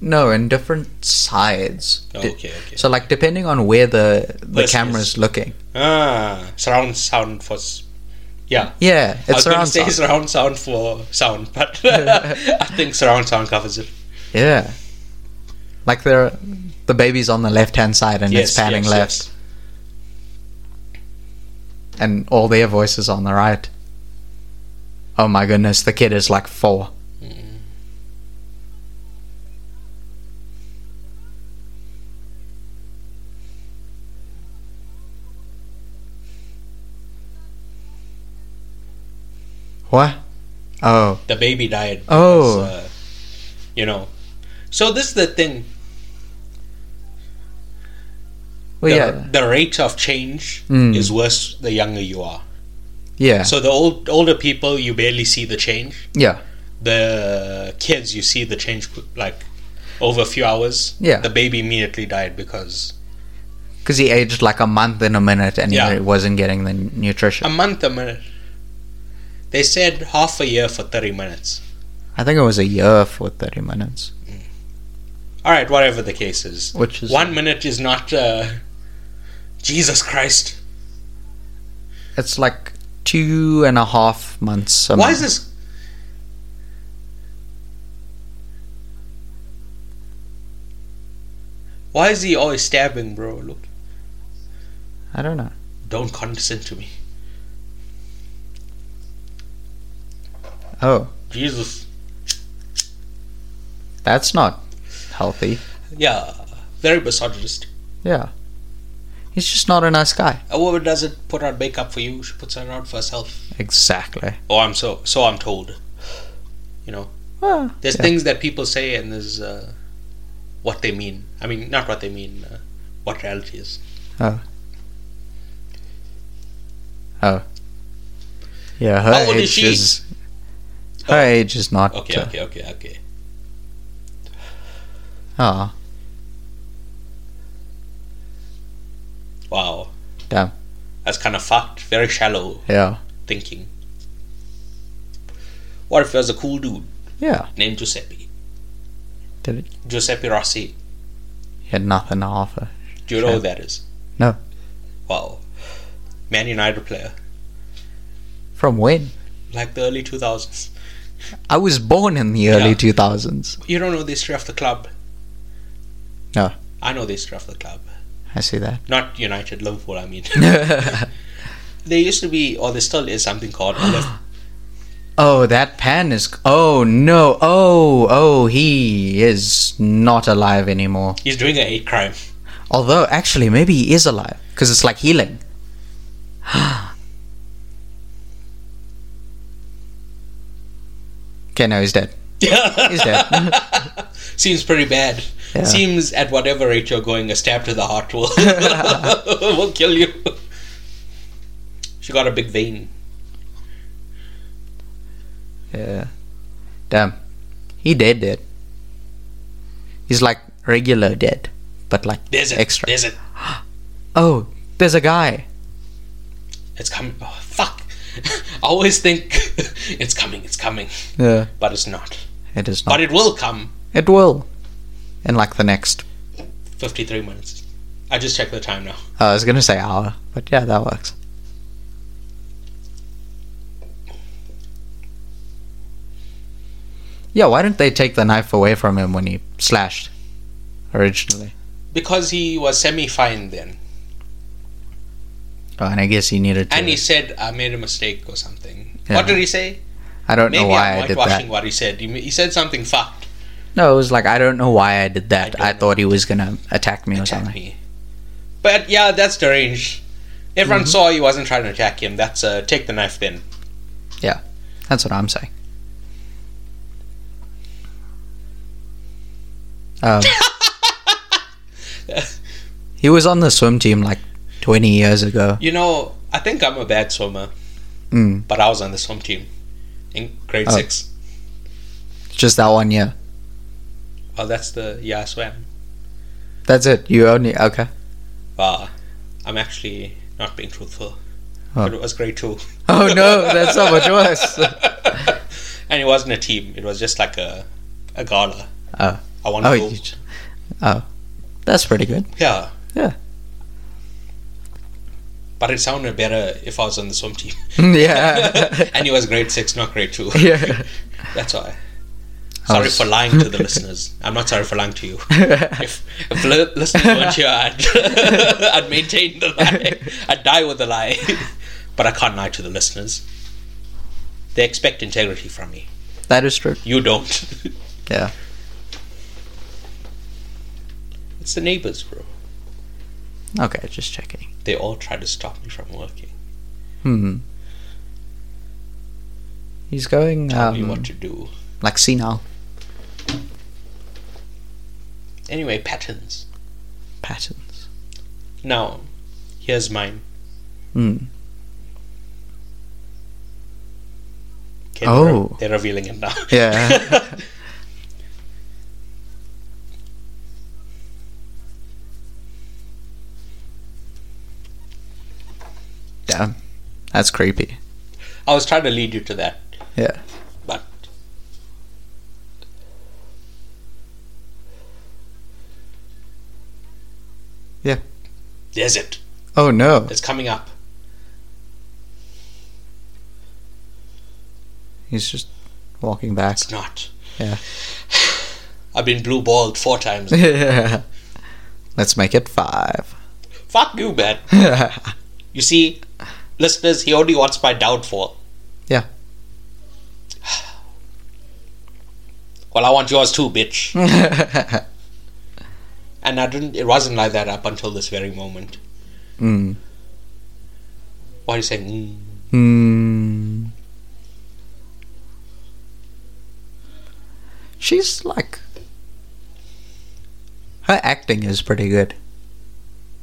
no in different sides.
Oh,
De-
okay, okay.
So like depending on where the the
Yes,
camera's looking.
Ah, surround sound for. s- Yeah. I
Yeah,
was going
it's
to
around.
say surround sound for sound, but I think surround sound covers it.
Yeah. Like they're the baby's on the left hand side and it's panning left and all their voices on the right. Oh my goodness, the kid is like four. What? Oh.
the baby died.
Oh.
because, uh, you know. So this is the thing. The,
Well, yeah.
the rate of change
Mm.
is worse the younger you are.
Yeah.
So the old older people, you barely see the change.
yeah.
The kids, you see the change qu- like over a few hours.
Yeah.
The baby immediately died because
Because he aged like a month in a minute and
Yeah.
he wasn't getting the nutrition.
A month, a minute. They said half a year for 30 minutes.
I think it was a year for 30 minutes.
All right, whatever the case is.
Which is.
One minute is not. Uh, Jesus Christ.
It's like two and a half months. A
Why is
month.
this? Why is he always stabbing, bro? Look,
I don't know.
don't condescend to me.
Oh,
Jesus.
that's not healthy.
Yeah, very misogynist.
Yeah. He's just not a nice guy.
A woman doesn't put on makeup for you; she puts it on for herself.
Exactly.
Oh, I'm so so I'm told. You know,
Well,
there's
yeah.
things that people say, and there's uh, what they mean. I mean, not what they mean, uh, what reality is.
Yeah, her
How old
age
is
is,
she? Oh.
her age is not.
Okay,
uh,
okay, okay, okay.
Oh,
Wow.
Damn.
That's kind of fucked. Very shallow.
yeah,
thinking. What if he was a cool dude
yeah.
named Giuseppe?
Did it?
Giuseppe Rossi.
He had nothing to offer.
Do you know
Sure.
who that is?
No.
Wow. Man United player.
From when?
Like the early 2000s.
I was born in the early
Yeah.
two thousands.
You don't know the history of the club?
No.
I know the history of the club.
I see that.
Not United, Liverpool, I mean. there used to be, or there still is, something called. Olymp-
oh, that pan is. Oh no. Oh, oh, he is not alive anymore.
He's doing a hate crime.
Although, actually, maybe he is alive because it's like healing. okay, no, he's dead. He's dead.
Seems pretty bad.
Yeah.
Seems at whatever rate you're going, a stab to the heart will will kill you. She got a big vein.
yeah. Damn. He dead dead. He's like regular dead, but like
There's it.
extra.
There's it.
oh, there's a guy.
It's coming. Oh, fuck. I always think it's coming. It's coming,
Yeah.
but it's not.
It is not.
But it will come.
It will. In like the next.
Fifty-three minutes. I just checked the time now.
Oh, I was gonna say hour, but yeah, that works. Yeah, why didn't they take the knife away from him when he slashed originally?
Because he was semi-fine then,
Oh, and I guess he needed to.
and he said, "I made a mistake" or something.
Yeah.
What did he say?
I don't know
Maybe
why
I'm
I did
whitewashing
that.
what he said. He, he said something fucked.
No, it was like I don't know why I did that.
I
I,
don't
thought he was gonna attack me or
attack
something.
me. But yeah, that's deranged.
Mm-hmm.
Everyone saw he wasn't trying to attack him. That's uh, take the knife then.
That's what I'm saying. Um, he was on the swim team like 20 years ago.
You know, I think I'm a bad swimmer,
Mm,
but I was on the swim team in grade
Oh.
six.
just that one year.
Oh, that's the yeah I swam.
That's it. You only okay.
Wow, I'm actually not being truthful.
Oh.
But it was grade two,
Oh no, that's so much worse.
and it wasn't a team. It was just like a a gala.
Oh.
I won
Oh,
gold.
you, j- oh, that's pretty good.
Yeah.
Yeah.
But it sounded better if I was on the swim team.
yeah,
and he was grade six, not grade two.
yeah. Oh.
That's why.
I
Sorry
was-
for lying to the listeners. I'm not sorry for lying to you. If, if li- listeners weren't here, I'd, I'd maintain the lie. I'd die with the lie. But I can't lie to the listeners. They expect integrity from me.
That is true.
You don't.
Yeah.
it's the neighbors, bro.
Okay, just checking.
They all try to stop me from working.
Hmm. He's going
Tell me
um,
what to do.
like senile.
Anyway, patterns.
patterns.
Now, here's mine.
Mm.
Okay, they're-
Oh.
They're, revealing it now.
Yeah. That's creepy.
I was trying to lead you to that,
Yeah.
but
Yeah.
there's it.
Oh no.
It's coming up.
He's just walking back.
It's not.
Yeah.
I've been blue balled four times.
Let's make it five.
Fuck you, man.
yeah.
You see, listeners, he only wants my downfall. Well, I want yours too, bitch. And I didn't. It wasn't like that up until this very moment.
mm.
Why are you saying? Mm?
Mm. She's like. Her acting is pretty good.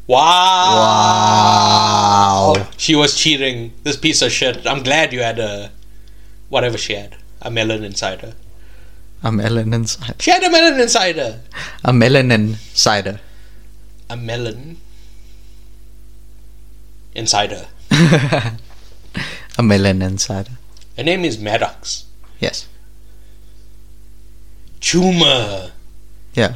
Wow.
Wow.
Oh, She was cheating. This piece of shit. I'm glad you had a. Whatever she had. A melon inside her.
A melon inside.
She had a melon inside her.
A melon insider.
A melon. Inside her.
a melon insider.
Her name is Maddox.
Yes.
Chuma.
Yeah.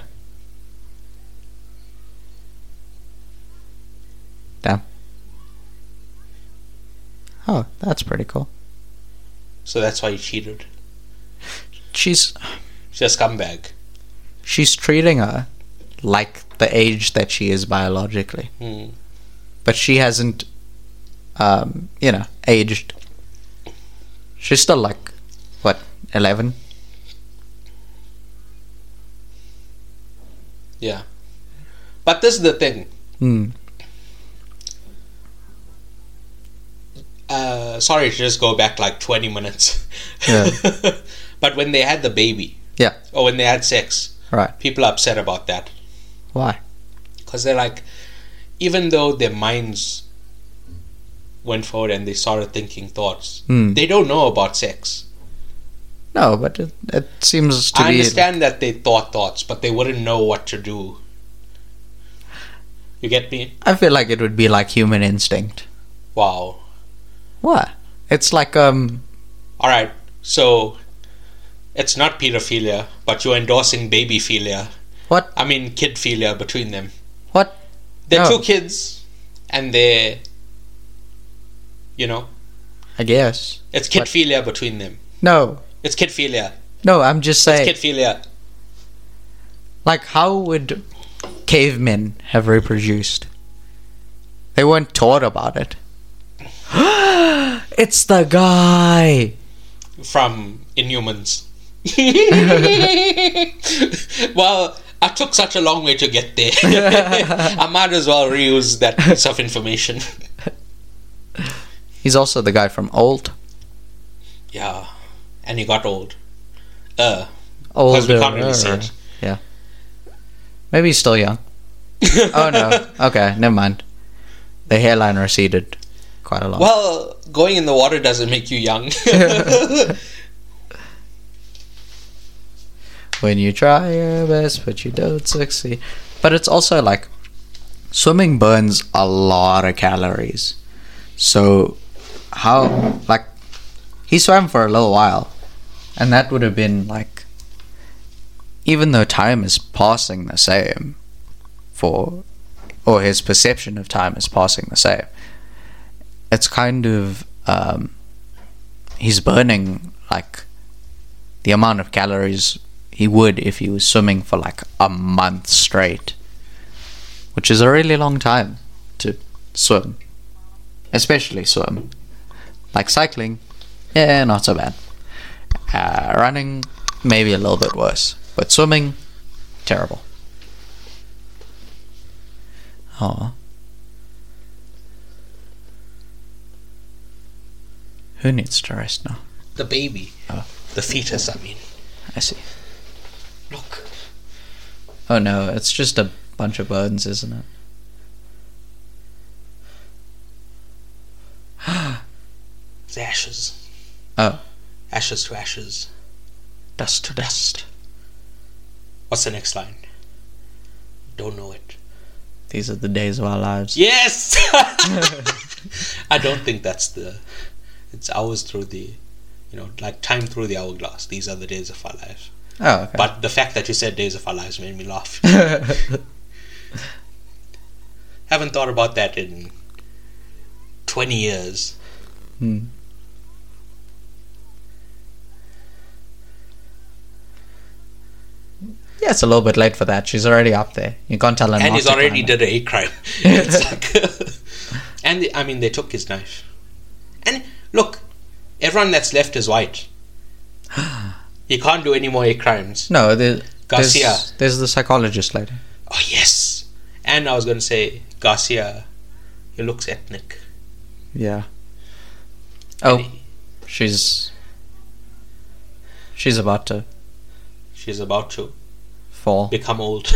Damn. Oh, that's pretty cool.
So that's why he cheated.
She's
She's a scumbag.
she's treating her like the age that she is biologically,
Hmm.
but she hasn't, um, you know, aged. She's still like, what, eleven?
Yeah. But this is the thing.
Hmm.
Uh, sorry to just go back like 20 minutes.
Yeah.
but when they had the baby,
Yeah.
or when they had sex,
Right.
people are upset about that.
Why?
Because they're like, even though their minds went forward and they started thinking thoughts,
Hmm.
they don't know about sex.
No, but it, it seems to
I
be.
understand that they thought thoughts, but they wouldn't know what to do. You get me?
I feel like it would be like human instinct.
Wow.
What? It's like um
All right. So it's not pedophilia, but you're endorsing babyphilia.
what
I mean, kidphilia between them.
what?
They're
No.
two kids, and they're, you know,
I guess.
it's kidphilia between them.
No.
It's kidphilia.
No, I'm just saying
It's kidphilia.
like how would cavemen have reproduced? They weren't taught about it. it's the guy.
from Inhumans. well, I took such a long way to get there. I might as well reuse that piece of information.
He's also the guy from old
Yeah, and he got old. Uh,
old.
we can't really see it.
Yeah. Maybe he's still young. oh no. Okay, never mind. The hairline receded quite a lot.
well, going in the water doesn't make you young.
when you try your best but you don't succeed but it's also like swimming burns a lot of calories so how like he swam for a little while and that would have been like even though time is passing the same for or his perception of time is passing the same it's kind of um, he's burning like the amount of calories he would if he was swimming for like a month straight, which is a really long time to swim, especially swim. Like cycling, yeah, not so bad. Uh, running, maybe a little bit worse, but swimming, terrible. Oh. Who needs to rest now?
the baby,
Oh.
the fetus. I mean,
I see.
look.
Oh no, it's just a bunch of burns, isn't it?
It's ashes.
Oh.
Ashes to ashes.
Dust to dust.
What's the next line? Don't know it.
These are the days of our lives.
Yes! I don't think that's the. It's hours through the, you know, like time through the hourglass. These are the days of our lives.
Oh, okay.
But the fact that you said days of our lives made me laugh. Haven't thought about that in twenty years.
Hmm. Yeah, it's a little bit late for that. She's already up there. You can't tell her.
and
not
he's
to
already
climb
did a hate crime. It's like- and the- I mean, they took his knife. And look, everyone that's left is white. He can't do any more hate crimes.
it. No, there,
Garcia.
There's, there's the psychologist lady.
Oh yes. And I was going to say Garcia. He looks ethnic.
Yeah. Oh,
he-
she's she's about to
She's about to
fall.
become old.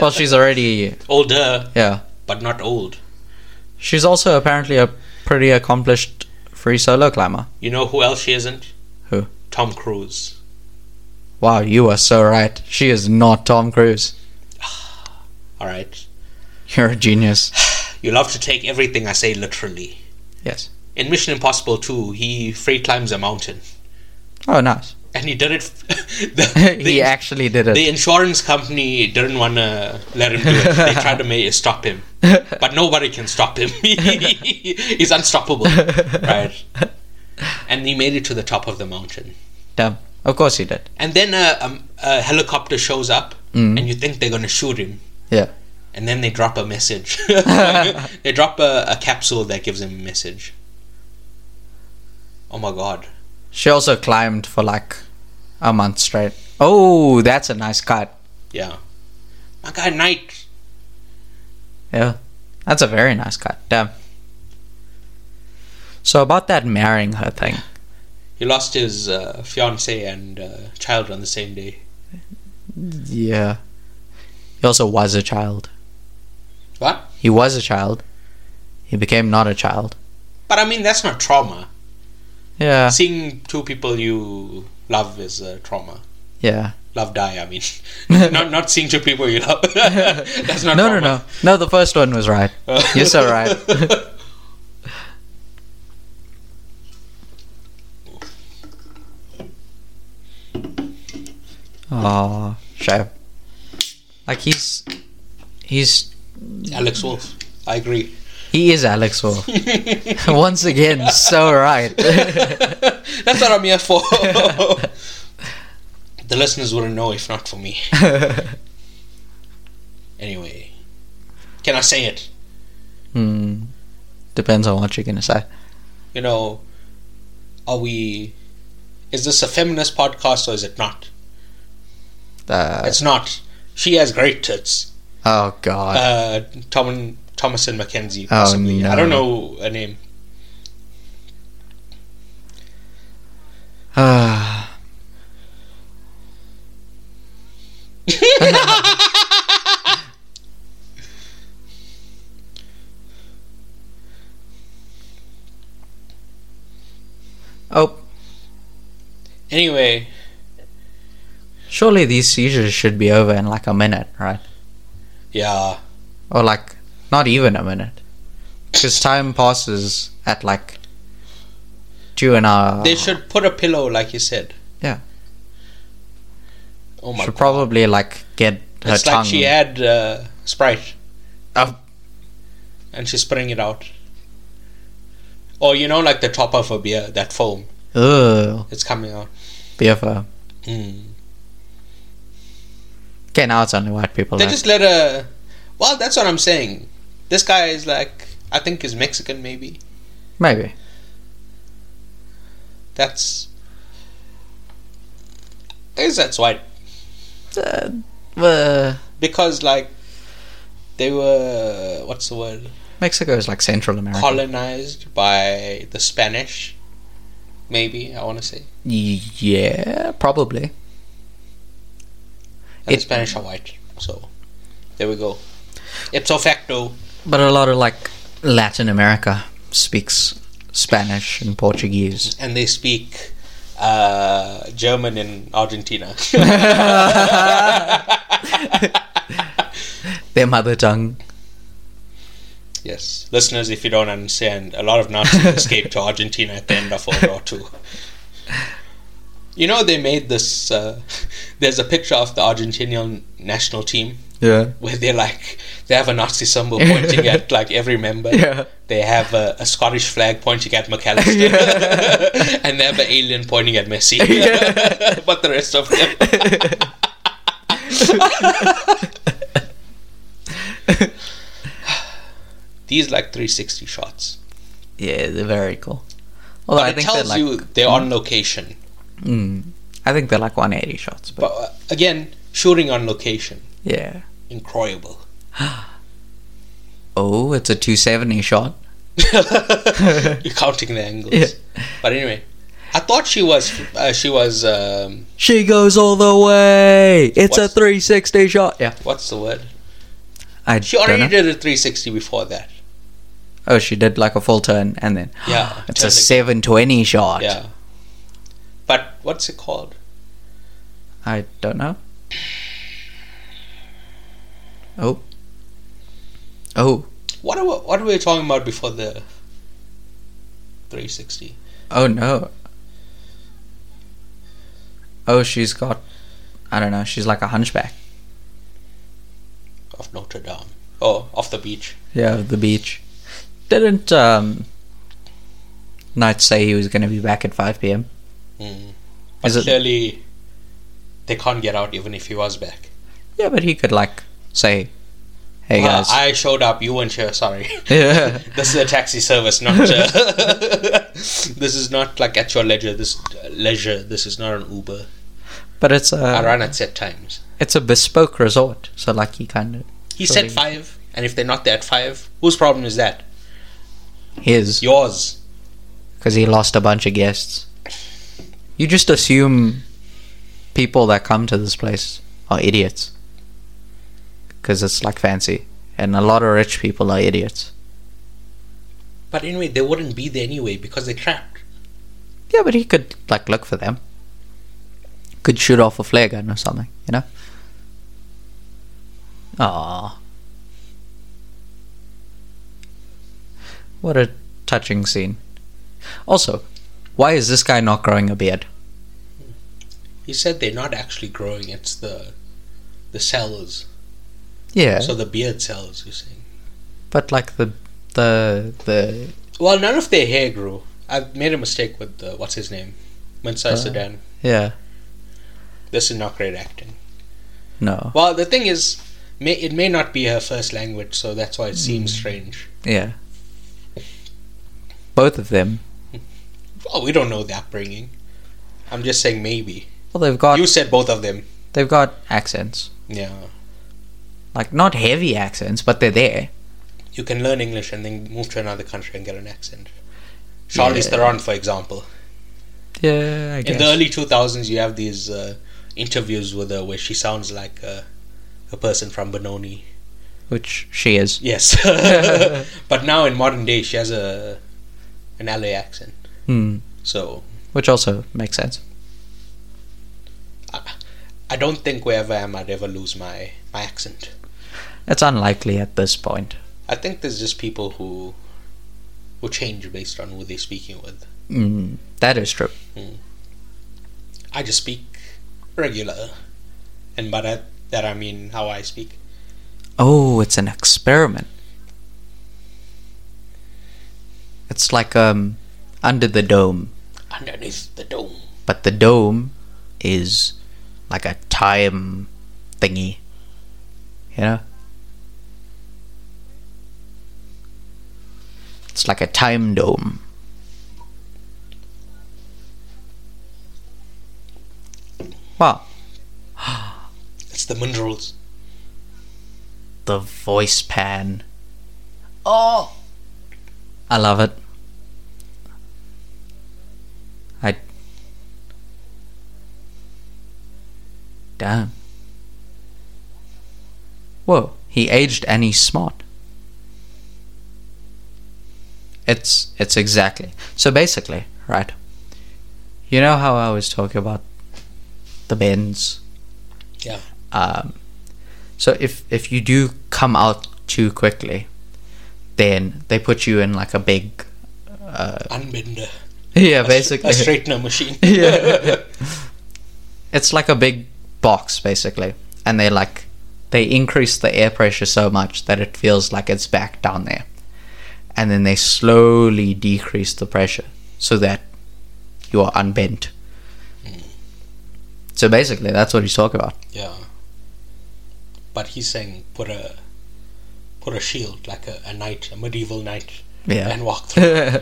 well, she's already
Older,
yeah.
but not old.
She's also apparently a pretty accomplished free solo climber.
You know who else she isn't?
Who?
Tom Cruise.
Wow, you are so right. She is not Tom Cruise.
All right.
You're a genius.
You love to take everything I say literally.
Yes.
In Mission Impossible 2, he free climbs a mountain.
Oh, nice.
and he did it. the,
he
the-
actually did it.
the insurance company didn't want to let him do it. They tried to make, stop him, but nobody can stop him. He's unstoppable, right? And he made it to the top of the mountain.
Damn. Of course he did.
And then a, um a helicopter shows up, and you think they're going to shoot him,
Mm. Yeah.
and then they drop a message. they drop a, a capsule that gives him a message. Oh my god!
She also climbed for like a month straight. Oh, that's a nice cut.
Yeah, my god, night.
Yeah. That's a very nice cut. Damn. So about that marrying her thing.
He lost his uh, fiance and uh, child on the same day.
Yeah. He also was a child.
What?
He was a child. He became not a child.
But I mean, that's not trauma.
Yeah.
Seeing two people you love is uh, trauma.
Yeah.
Love die. I mean, not not seeing two people you love. that's not.
No, no,
trauma.
no. No, the first one was right. You're so right. Oh, shame. Like he's he's
Alex Wolf. I agree.
he is Alex Wolf. Once again, so right.
That's what I'm here for. the listeners wouldn't know if not for me. Anyway, can I say it?
hmm. Depends on what you're gonna say.
you know, are we? Is this a feminist podcast or is it not?
Uh,
It's not. She has great tits.
oh god.
Uh, Tom Thomas and Mackenzie,
Oh,
possibly. I
no.
don't know a name. Uh,
oh,
Anyway,
surely these seizures should be over in like a minute, right?
yeah,
or like not even a minute because time passes at like two an hour
they should put a pillow, like you said.
Uh-huh. Yeah.
Oh my
should
god!
probably like get her
It's
tongue
like she had uh, Sprite
Oh,
and she's putting it out. Or you know, like the top of a beer, that foam,
ugh,
it's coming out.
BFO.
Mm.
okay now it's only white people
They
left.
just let a. Well, that's what I'm saying. This guy is like, I think he's Mexican, maybe.
maybe
That's. I guess that's white
uh, uh,
because like, they were what's the word
Mexico is like Central America
colonized by the Spanish, maybe I want to say.
yeah probably
And
It-
the Spanish are white, so there we go. Ipso facto,
but a lot of like Latin America speaks Spanish and Portuguese
and they speak uh, German in Argentina.
their mother tongue
yes. Listeners, if you don't understand, a lot of Nazis escaped to Argentina at the end of World War Two. You know, they made this. Uh, there's a picture of the Argentinian national team
Yeah.
where they're like they have a Nazi symbol pointing at like every member.
Yeah.
They have a, a Scottish flag pointing at McAllister, and they have an alien pointing at Messi. but the rest of them, these like 360 shots.
Yeah, they're very cool. Although
But
I
it
think they're
tells
like,
you they're on location.
mm, I think they're like 180 shots, but,
But uh, again, shooting on location,
yeah.
incredible.
Oh, it's a 270 shot.
You're counting the angles.
Yeah.
But anyway, I thought she was uh, she was um,
She goes all the way. It's
What's-
a 360 shot. Yeah.
what's the word?
I
She
don't
already
know.
did a 360 before that.
Oh, she did like a full turn and then.
Yeah,
It's
turn
a
the-
720 shot.
Yeah. But what's it called?
I don't know. Oh. Oh.
What are we, what were we talking about before the 360?
Oh no. Oh, she's got. I don't know. She's like a hunchback.
of Notre Dame. Oh, off the beach.
Yeah, the beach. Didn't um. Knight say he was going to be back at 5 p.m.
Mm. But
Is it-
clearly, they can't get out even if he was back.
Yeah, but he could like say, "Hey
Well,
guys."
I showed up. You weren't here. Sorry.
yeah.
this is a taxi service, not. Uh, this is not like at your leisure. This leisure. This is not an Uber.
But it's
I
a
run at set times.
it's a bespoke resort, so like he kind of
He
So
said
they-
five, and if they're not there at five, whose problem is that?
his
Yours.
because he lost a bunch of guests. You just assume people that come to this place are idiots because it's like fancy, and a lot of rich people are idiots.
But anyway, they wouldn't be there anyway because they're trapped.
Yeah, but he could like look for them. Could shoot off a flare gun or something, you know. Ah. What a touching scene. Also, why is this guy not growing a beard?
He said they're not actually growing. It's the the cells.
Yeah,
So the beard cells. You're saying.
but like the the the
Well, none of their hair grew. I made a mistake with the, what's his name, Mensah Sedan.
yeah
This is not great acting.
no
Well, the thing is, may, it may not be her first language, so that's why it seems strange.
yeah. Both of them.
Well, we don't know the upbringing. I'm just saying maybe.
Well, they've got
You said both of them.
they've got accents.
Yeah.
Like not heavy accents, but they're there.
You can learn English and then move to another country and get an accent. Charlize
Yeah.
Theron, for example.
Yeah, I guess.
In the early 2000s, you have these uh, interviews with her where she sounds like uh, a person from Benoni.
which she is.
Yes. but now in modern day, she has a an LA accent.
Hmm.
So
Which also makes sense.
I don't think wherever I am, I'd ever lose my my accent.
It's unlikely at this point.
I think there's just people who who change based on who they're speaking with.
Mm, that is true.
I just speak regular, and by that that I mean how I speak.
Oh, it's an experiment. It's like um, under the dome,
Underneath the dome.
but the dome is like a time thingy. You know? It's like a time dome. Wow.
It's the minerals.
the voice pan. Oh, I love it. I damn. Whoa, he aged and he's smart. It's it's exactly so basically right. You know how I was talking about the bends
Yeah.
um, so if if you do come out too quickly, then they put you in like a big uh,
Unbender.
yeah
A str-
basically
a straightener machine.
Yeah. it's like a big box basically and they like they increase the air pressure so much that it feels like it's back down there and then they slowly decrease the pressure so that you are unbent so basically that's what he's talking about
Yeah. But he's saying put a put a shield like a, a knight, a medieval knight,
yeah
and walk through.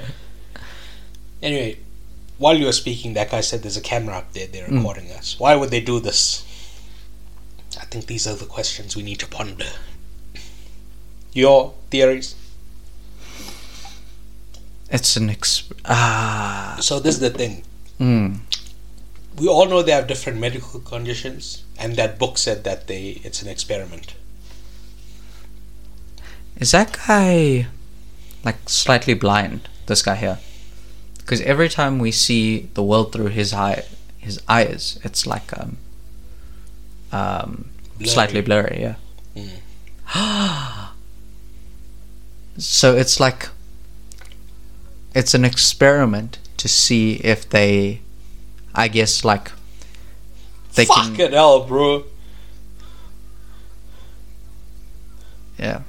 anyway, while you were speaking, that guy said there's a camera up there. They're
Mm.
recording us. Why would they do this? I think these are the questions we need to ponder. Your theories.
it's an ex- ah
So this is the thing.
mm,
We all know they have different medical conditions, and that book said that they it's an experiment.
Is that guy like slightly blind? This guy here, because every time we see the world through his eye, his eyes, it's like um, um, slightly blurry. Yeah.
Mm.
so it's like it's an experiment to see if they, I guess, like they
Fucking
can.
hell, bro!
Yeah.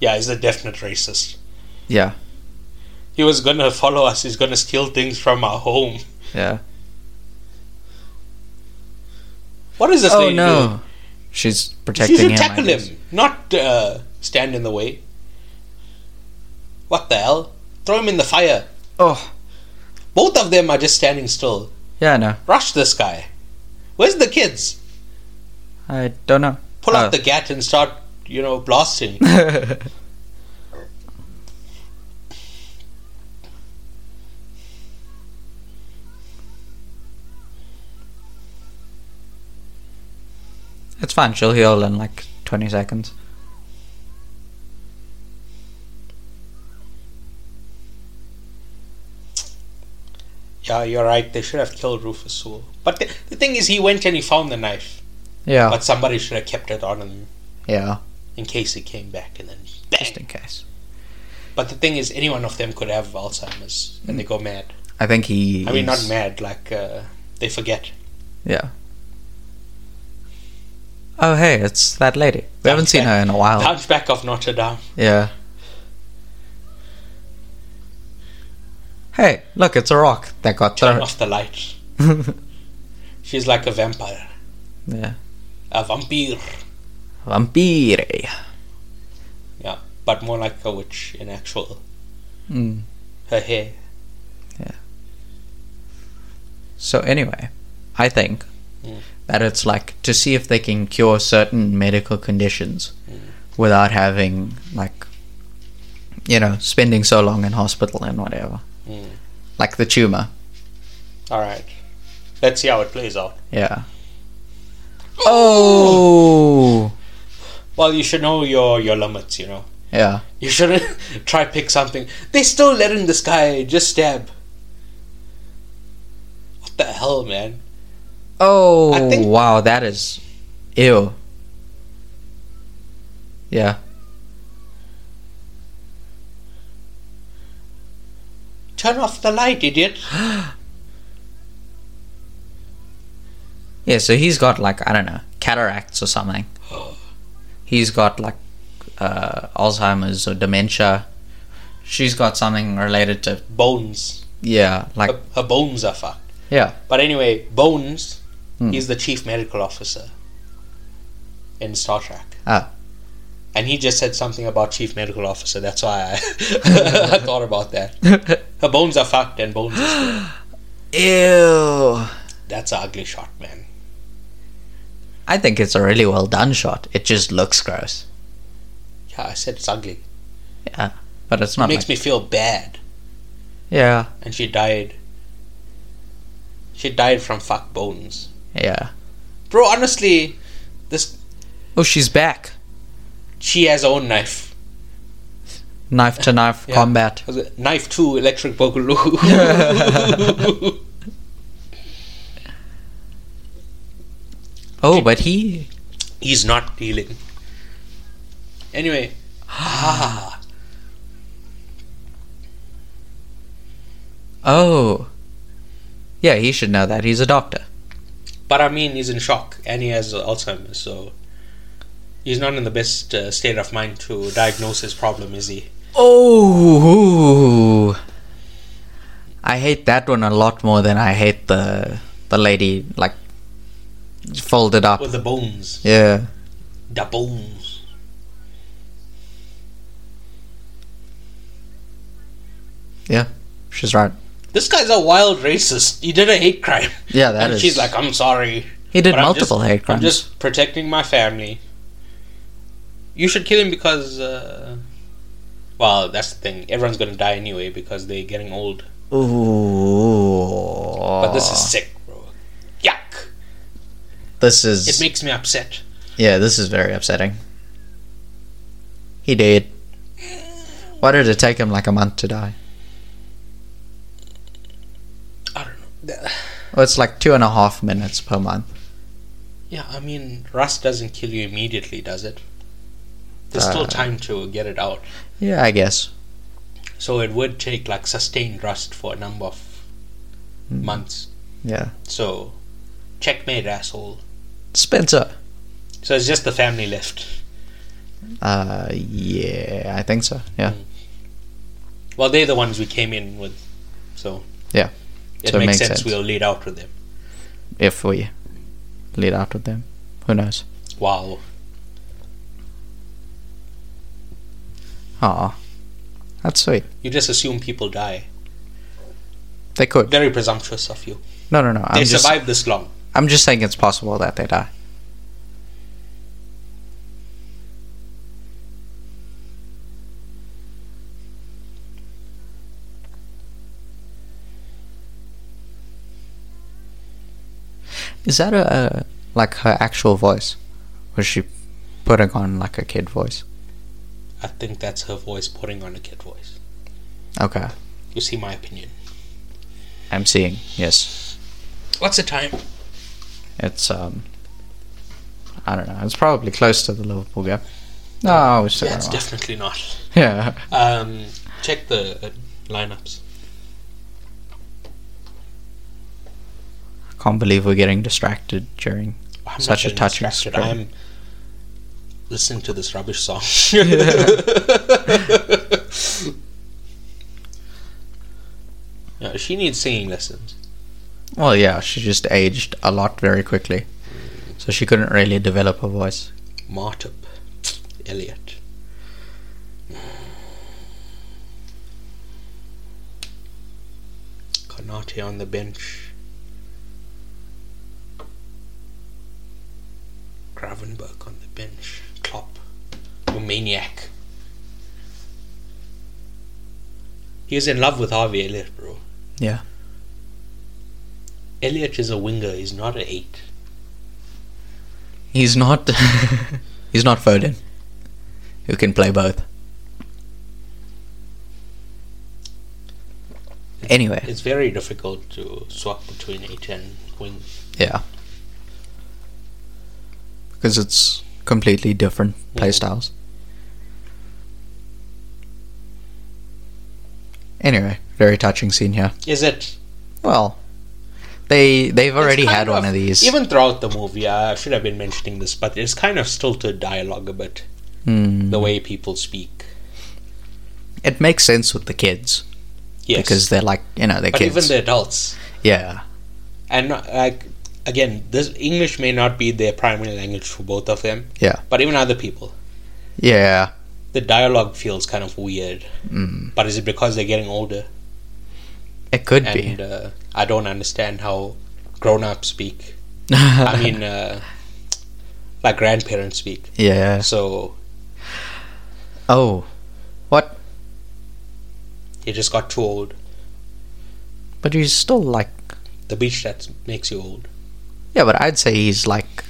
Yeah, he's a definite racist.
Yeah.
He was gonna follow us. He's gonna steal things from our home.
Yeah.
What is this
Oh
lady doing?
no, she's
You
protecting
should
him. I
tackle
guess.
him, not uh, stand in the way. What the hell? Throw him in the fire.
Oh
Both of them are just standing still.
yeah, no,
Rush this guy. Where's the kids?
I don't know.
Pull
Oh.
out the gat and start, you know, blasting.
It's fine. She'll heal in like 20 seconds.
yeah, you're right. They should have killed Rufus Sewell. But the, the thing is, he went and he found the knife.
Yeah.
But somebody should have kept it on him
yeah.
in case he came back and then bang.
Just in case.
But the thing is, any one of them could have Alzheimer's and they go mad.
I think he.
I mean, not mad, like uh, they forget.
Yeah. Oh, hey, it's that lady. We haven't seen her in a
The
while.
Hunchback of Notre Dame.
Yeah. Hey, look, it's a rock that got
Turn
thrown.
off the light. She's like a vampire.
yeah.
A vampire.
Vampire.
Yeah. But more like a witch in actual.
Mm.
Her hair.
So, anyway, I think
Mm.
that it's like to see if they can cure certain medical conditions without having, like, you know, spending so long in hospital and whatever.
Mm.
Like the tumor.
Alright. Let's see how it plays out.
Yeah. Oh!
Well, you should know your, your limits, you know.
Yeah.
You shouldn't try pick something. They still letting this guy just stab. What the hell, man?
Oh,
I think-
wow, that is ew. Yeah.
Turn off the light, idiot.
Yeah, so he's got like, I don't know, cataracts or something. He's got like uh, Alzheimer's or dementia. She's got something related to,
Bones.
yeah, like,
Her, her bones are fucked.
yeah.
But anyway, Bones
Hmm.
is the chief medical officer in Star Trek.
Ah.
And he just said something about chief medical officer. That's why I, I thought about that. Her bones are fucked and bones is good.
ew.
That's an ugly shot, man.
I think it's a really well done shot. It just looks gross.
Yeah, I said it's ugly. It
Yeah. But it's not
makes
like,
me feel bad.
yeah,
And she died. She died from fuck bones.
yeah.
Bro, honestly, this
Oh, she's back.
she has her own knife.
Knife to knife
Yeah.
combat.
Was it Knife 2 electric boogaloo.
Oh, but he
He's not healing. Anyway, ah,
Oh. Yeah, he should know that. He's a doctor.
but I mean, he's in shock and he has Alzheimer's, so he's not in the best uh, state of mind to diagnose his problem, is he?
Oh. I hate that one a lot more than I hate the the lady like folded up.
With the bones,
Yeah.
the bones.
Yeah. She's right.
This guy's a wild racist. He did a hate crime.
Yeah, that
and
is-
she's like, I'm sorry.
He did
But I'm
multiple
just-
hate crimes.
I'm just protecting my family. You should kill him because, uh, well, that's the thing. Everyone's gonna die anyway because they're getting old.
Ooh.
But this is sick, bro. Yuck!
this is
It makes me upset.
Yeah, this is very upsetting. He did. Why did it take him like a month to die?
I don't know. Th-
Well, it's like two and a half minutes per month.
Yeah, I mean, rust doesn't kill you immediately, does it? There's still
Uh.
time to get it out.
Yeah, I guess.
So it would take like sustained rust for a number of
Hmm.
months.
Yeah.
So, checkmate, asshole.
Spencer.
So it's just the family left.
Uh, yeah, I think so. Yeah.
Well, they're the ones we came in with, so
Yeah.
it
So it
makes
makes
sense.
sense.
We'll lead out with them.
If we lead out with them, who knows?
Wow,
Aw, that's sweet.
you just assume people die.
They could.
Very presumptuous of you.
No, no, no.
They
I'm just,
survived this long.
I'm just saying it's possible that they die. Is that a, uh like her actual voice? Was she putting on like a kid voice?
I think that's her voice putting on a kid voice.
Okay,
You see my opinion.
I'm seeing. Yes,
What's the time?
it's um, I don't know. It's probably close to the Liverpool game. No, it's
Yeah, it's definitely not.
yeah.
Um, check the uh, lineups.
Can't believe we're getting distracted during
I'm not
such a
getting
touching
distracted.
screen.
I'm listening to this rubbish song. no, she needs singing lessons.
Well, yeah, she just aged a lot very quickly, so she couldn't really develop her voice.
Martup, Elliot. Konate on the bench. Gravenberg on the bench. Klopp, you maniac. He was in love with Harvey Elliott, bro.
Yeah.
Elliott is a winger, he's not an eight.
He's not. he's not Foden, who can play both. Anyway,
It's very difficult to swap between eight and wing.
yeah, because it's completely different play
Yeah.
styles. Anyway, very touching scene here.
Is it
Well, they they've
It's
already
kind
had one of these.
Even throughout the movie, I should have been mentioning this, but it's kind of still to dialogue a bit.
Hmm.
The way people speak.
It makes sense with the kids
Yes.
because they're like you know they're
but
kids.
even the adults.
yeah,
And not- like again, this English may not be their primary language for both of them.
Yeah.
But even other people.
yeah,
The dialogue feels kind of weird.
Mm-hmm.
Mm. But is it because they're getting older?
it could be.
And uh, I don't understand how grown ups speak. I mean, uh, like grandparents speak.
yeah.
So
Oh, what?
he just got too old.
But he's still like
The beach that makes you old.
yeah. But I'd say he's like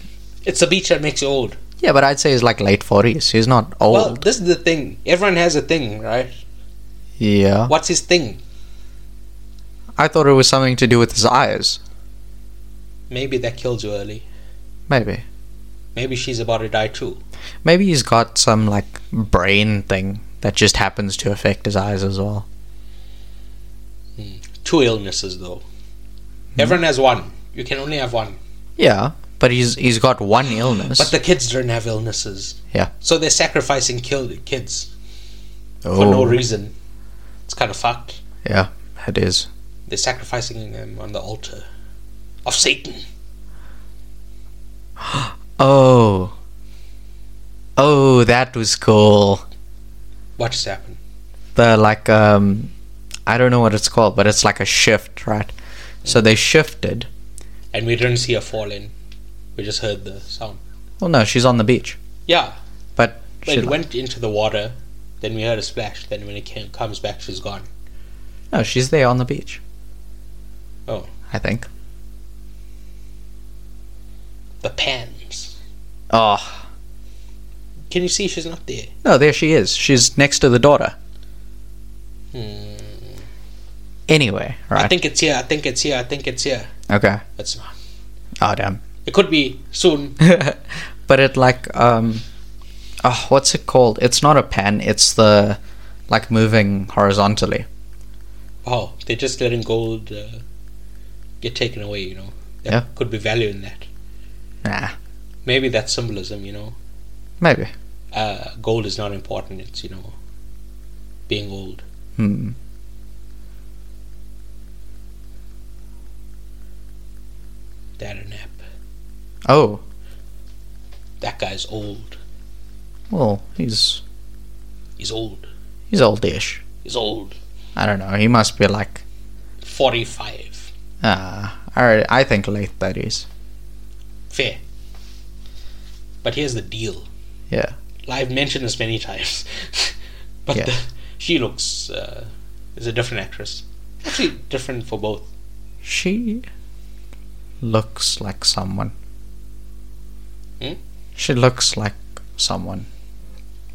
It's the beach that makes you old.
yeah. But I'd say he's like late forties. He's not old.
Well, this is the thing. Everyone has a thing, right?
yeah,
What's his thing?
I thought it was something to do with his eyes.
Maybe that kills you early.
Maybe
Maybe she's about to die too.
Maybe he's got some like brain thing that just happens to affect his eyes as well.
Two illnesses though.
Hmm?
Everyone has one. You can only have one.
Yeah, but he's he's got one illness.
But the kids don't have illnesses.
Yeah.
So they're sacrificing kill kids
oh,
for no reason. It's kind of fucked.
Yeah, it is.
They're sacrificing them on the altar of Satan.
Oh. Oh, that was cool.
What just happened?
The like um I don't know what it's called, but it's like a shift, right? So they shifted.
And we didn't see her fall in. We just heard the sound.
Well no, she's on the beach.
Yeah.
But
But
she
it
like-
went into the water. Then we heard a splash. Then when it came, comes back, she's gone.
No, she's there on the beach.
Oh.
I think.
The pans.
Oh.
Can you see she's not there?
No, there she is. She's next to the daughter.
Hmm.
Anyway, right.
I think it's here. I think it's here. I think it's here.
okay.
It's not.
Oh damn.
It could be soon.
but it like um oh, what's it called? It's not a pan, it's the like moving horizontally.
Oh, they're just letting gold uh, get taken away, you know. There
Yeah.
could be value in that.
Nah.
Maybe that's symbolism, you know.
Maybe.
Uh, gold is not important, it's, you know, being old.
Hmm.
Dad and nap.
Oh.
That guy's old.
Well, he's
He's old.
he's oldish.
He's old.
I don't know. He must be like
45.
ah, all right. I think late thirties.
Fair. But here's the deal.
Yeah.
I've mentioned this many times. but
Yeah.
the, she looks. Uh, is a different actress. Actually, different for both.
She looks like someone.
Hmm?
She looks like someone.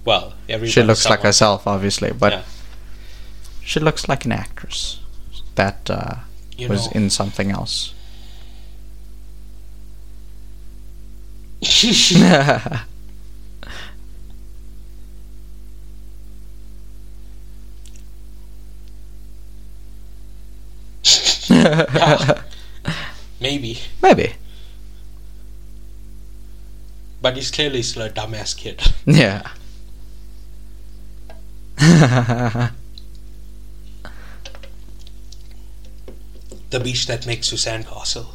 Well, everybody.
she looks like herself, obviously, but
Yeah.
she looks like an actress that uh,
You
was
know.
in something else.
Maybe.
Maybe.
But he's clearly still a dumbass kid.
Yeah.
The beach that makes you sandcastle.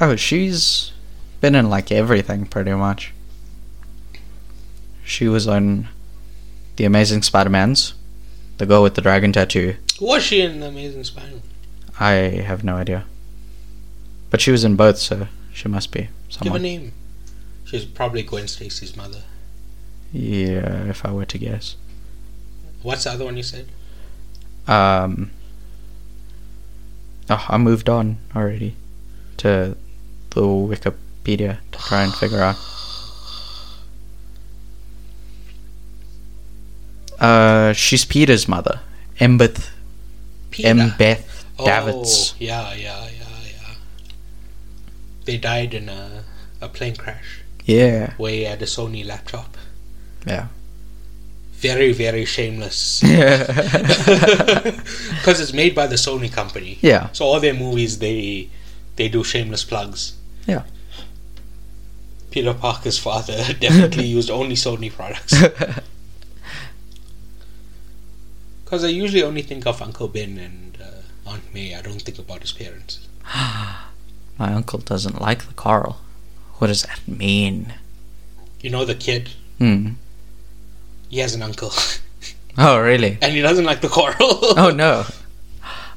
Oh, she's been in like everything pretty much. She was on The Amazing Spider Man's, The Girl with the Dragon Tattoo.
Was she in Amazing Spider-Man?
I have no idea. But she was in both, so she must be
Give a
someone.
name. She's probably Gwen Stacy's mother.
Yeah, if I were to guess.
What's the other one you said?
Um. Oh, I moved on already to the Wikipedia to try and figure out. Uh, she's Peter's mother, Embeth
Peter.
Embeth Davits.
Oh, yeah, yeah, yeah, yeah. They died in a, a plane crash
Yeah,
where he had a Sony laptop.
yeah.
Very, very shameless.
yeah.
Because it's made by the Sony company.
Yeah.
So all their movies, they they do shameless plugs.
Yeah.
Peter Parker's father definitely used only Sony products. Because I usually only think of Uncle Ben and uh, Aunt May. I don't think about his parents.
My uncle doesn't like the coral. What does that mean?
You know the kid?
Hmm.
He has an uncle.
Oh, really?
and he doesn't like the coral.
Oh no.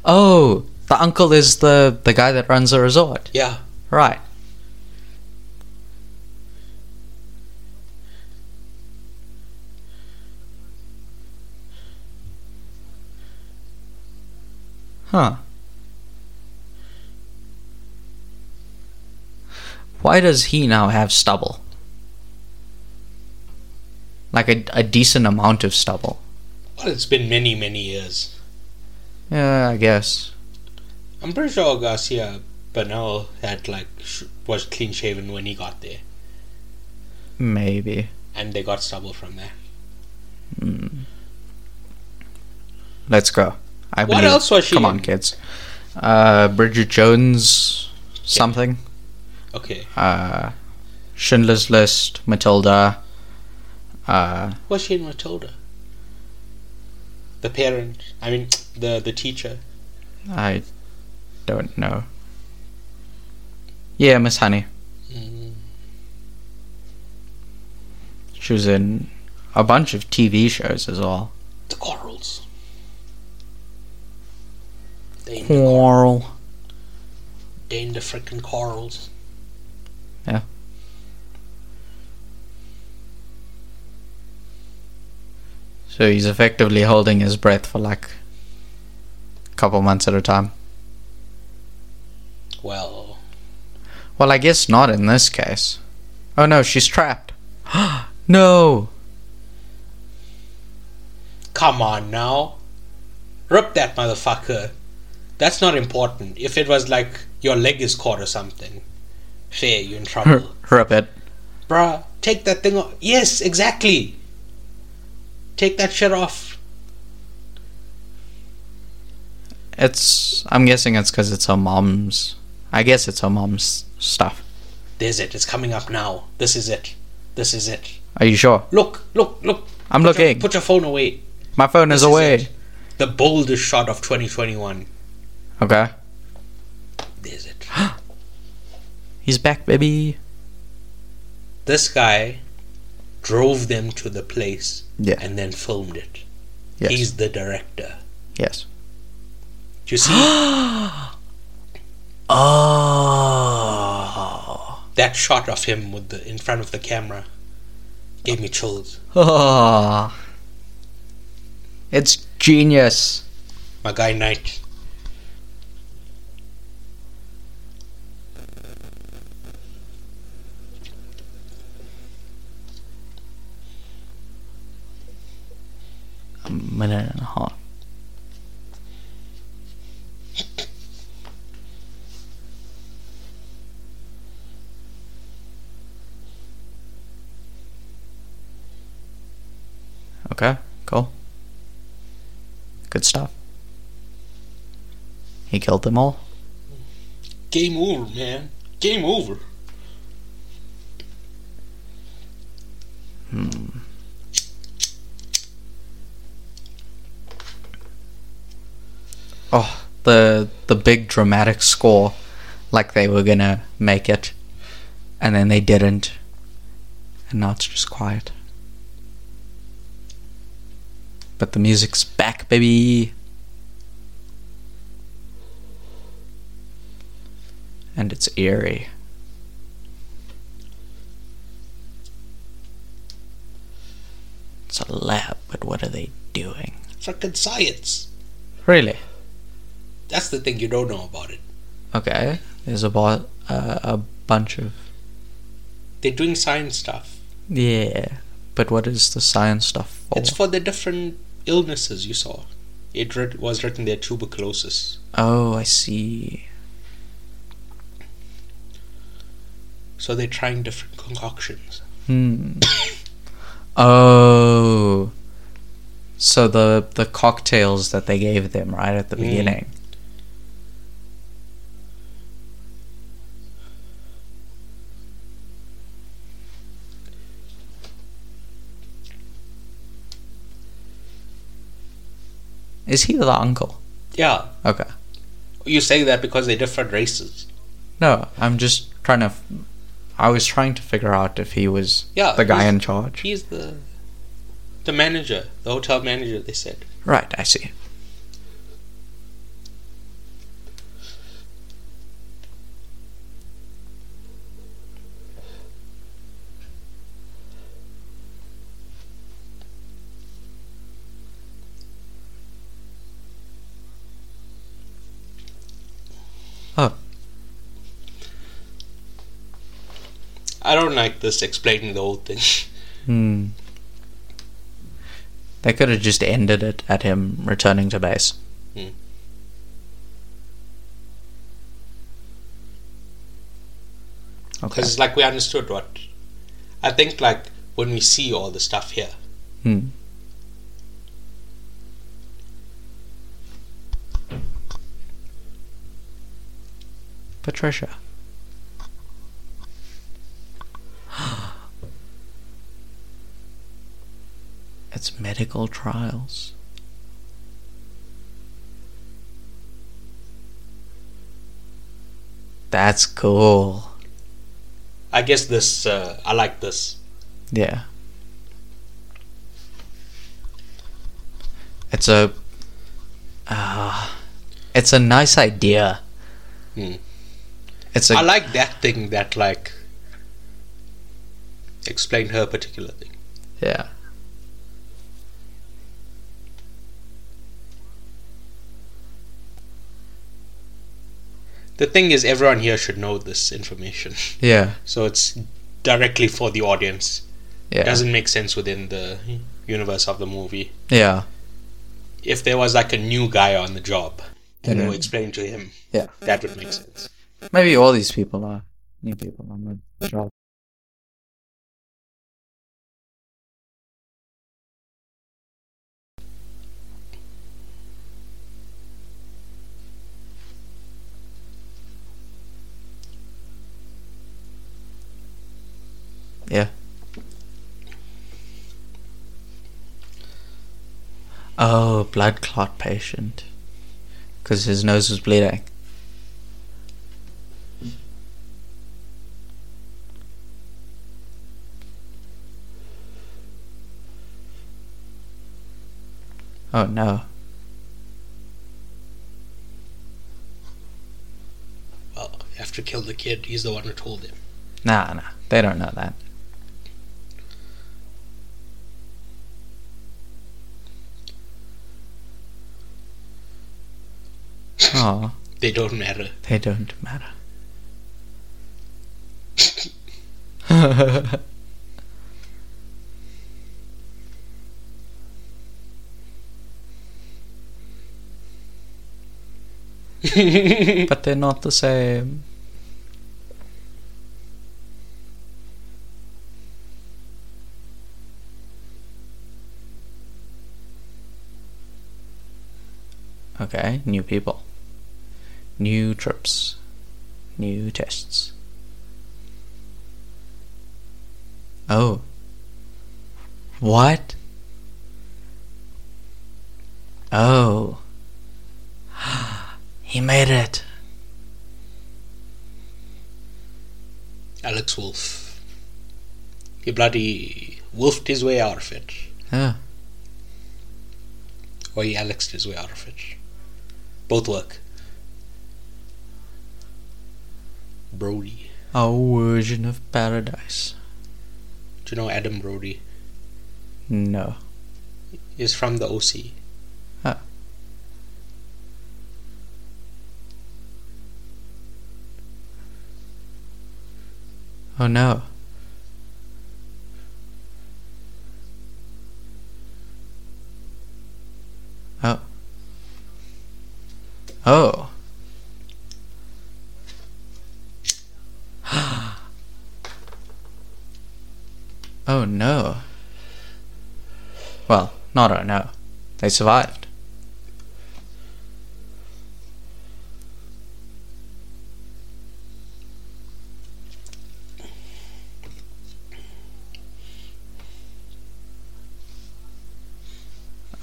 Oh, the uncle is the the guy that runs the resort.
Yeah.
Right. Huh. Why does he now have stubble? Like a, a decent amount of stubble.
Well, it's been many, many years.
Yeah, I guess.
I'm pretty sure Garcia Bernal had like sh- was clean shaven when he got there,
Maybe.
and they got stubble from there.
Let's go. I
What
believe-
else was she
Come
in?
on, kids. Uh, Bridget Jones, something.
Okay,
Uh, Schindler's List, Matilda. Uh,
was she in Matilda? The parent, I mean, the the teacher.
I don't know. Yeah, Miss Honey.
Mm,
She was in a bunch of TV shows as well.
the corals. They
Hmm.
in the, cor-
Quarrel.
they in the freaking corals.
Yeah. So he's effectively holding his breath for like a couple months at a time.
Well,
Well, I guess not in this case. Oh no, she's trapped. no!
come on now, rip that motherfucker. That's not important. If it was like your leg is caught or something, fair, you're in trouble.
Rip it.
Bruh, take that thing off. Yes, exactly. Take that shit off.
It's. I'm guessing it's because it's her mom's. I guess it's her mom's stuff.
There's it. It's coming up now. This is it. This is it.
Are you sure?
Look, look, look.
I'm
Put your-
looking.
put your phone away.
My phone is
This is
away.
it. The boldest shot of 2021.
okay.
There's it.
He's back, baby.
this guy drove them to the place
Yeah.
and then filmed it.
Yes.
He's the director.
yes.
Do you see Ah.
Oh.
that shot of him with the in front of the camera? Gave me chills.
oh. It's genius.
My guy Knight.
A minute and a half. Okay, cool. Good stuff. He killed them all.
Game over, man. Game over.
Oh, the the big dramatic score, like they were gonna make it, and then they didn't, and now it's just quiet. But the music's back, baby. And it's eerie. It's a lab, but what are they doing?
Freaking science.
Really?
That's the thing you don't know about it.
Okay. There's about uh, a bunch of
They're doing science stuff.
yeah, but what is the science stuff for?
It's for the different illnesses you saw. It writ- was written there tuberculosis.
oh, I see.
So they're trying different concoctions.
Hmm. oh, so the the cocktails that they gave them right at the
Mm.
beginning. Is he the uncle?
Yeah,
Okay.
you say that because they're different races.
No, I'm just trying to. F- I was trying to figure out if he was
Yeah,
the guy
he's-
in charge.
He's the the manager, the hotel manager. They said
Right, I see.
I don't like this explaining the whole thing.
Hmm. They could have just ended it at him returning to base.
Hmm.
Okay.
Because it's like we understood what. I think like when we see all the stuff here,
Hmm. Patricia. it's medical trials. That's cool.
I guess this. Uh, I like this.
Yeah. It's a uh, it's a nice idea.
Hmm.
It's a
I like that thing that like explained her particular thing.
yeah.
The thing is, everyone here should know this information,
Yeah.
so it's directly for the audience.
Yeah.
Doesn't make sense within the universe of the movie.
yeah.
If there was like a new guy on the job, then
Yeah.
we'll explain to him.
Yeah.
That would make sense.
Maybe all these people are new people on the job. Yeah. Oh, blood clot patient. Because his nose was bleeding. Oh no.
Well, you have to kill the kid. He's the one who told him.
Nah, nah. They don't know that. Oh,
They don't matter.
they don't matter. but they're not the same. Okay, new people, new trips, new tests. Oh. What? Oh. he made it.
Alex Wolf. He bloody wolfed his way out of it.
Yeah.
Or he Alexed his way out of it. Both work. Brody.
Our version of paradise.
Do you know Adam Brody?
No.
He's from the OC.
Ah. Oh no. Oh. Oh. oh no. Well, not oh no. They survived.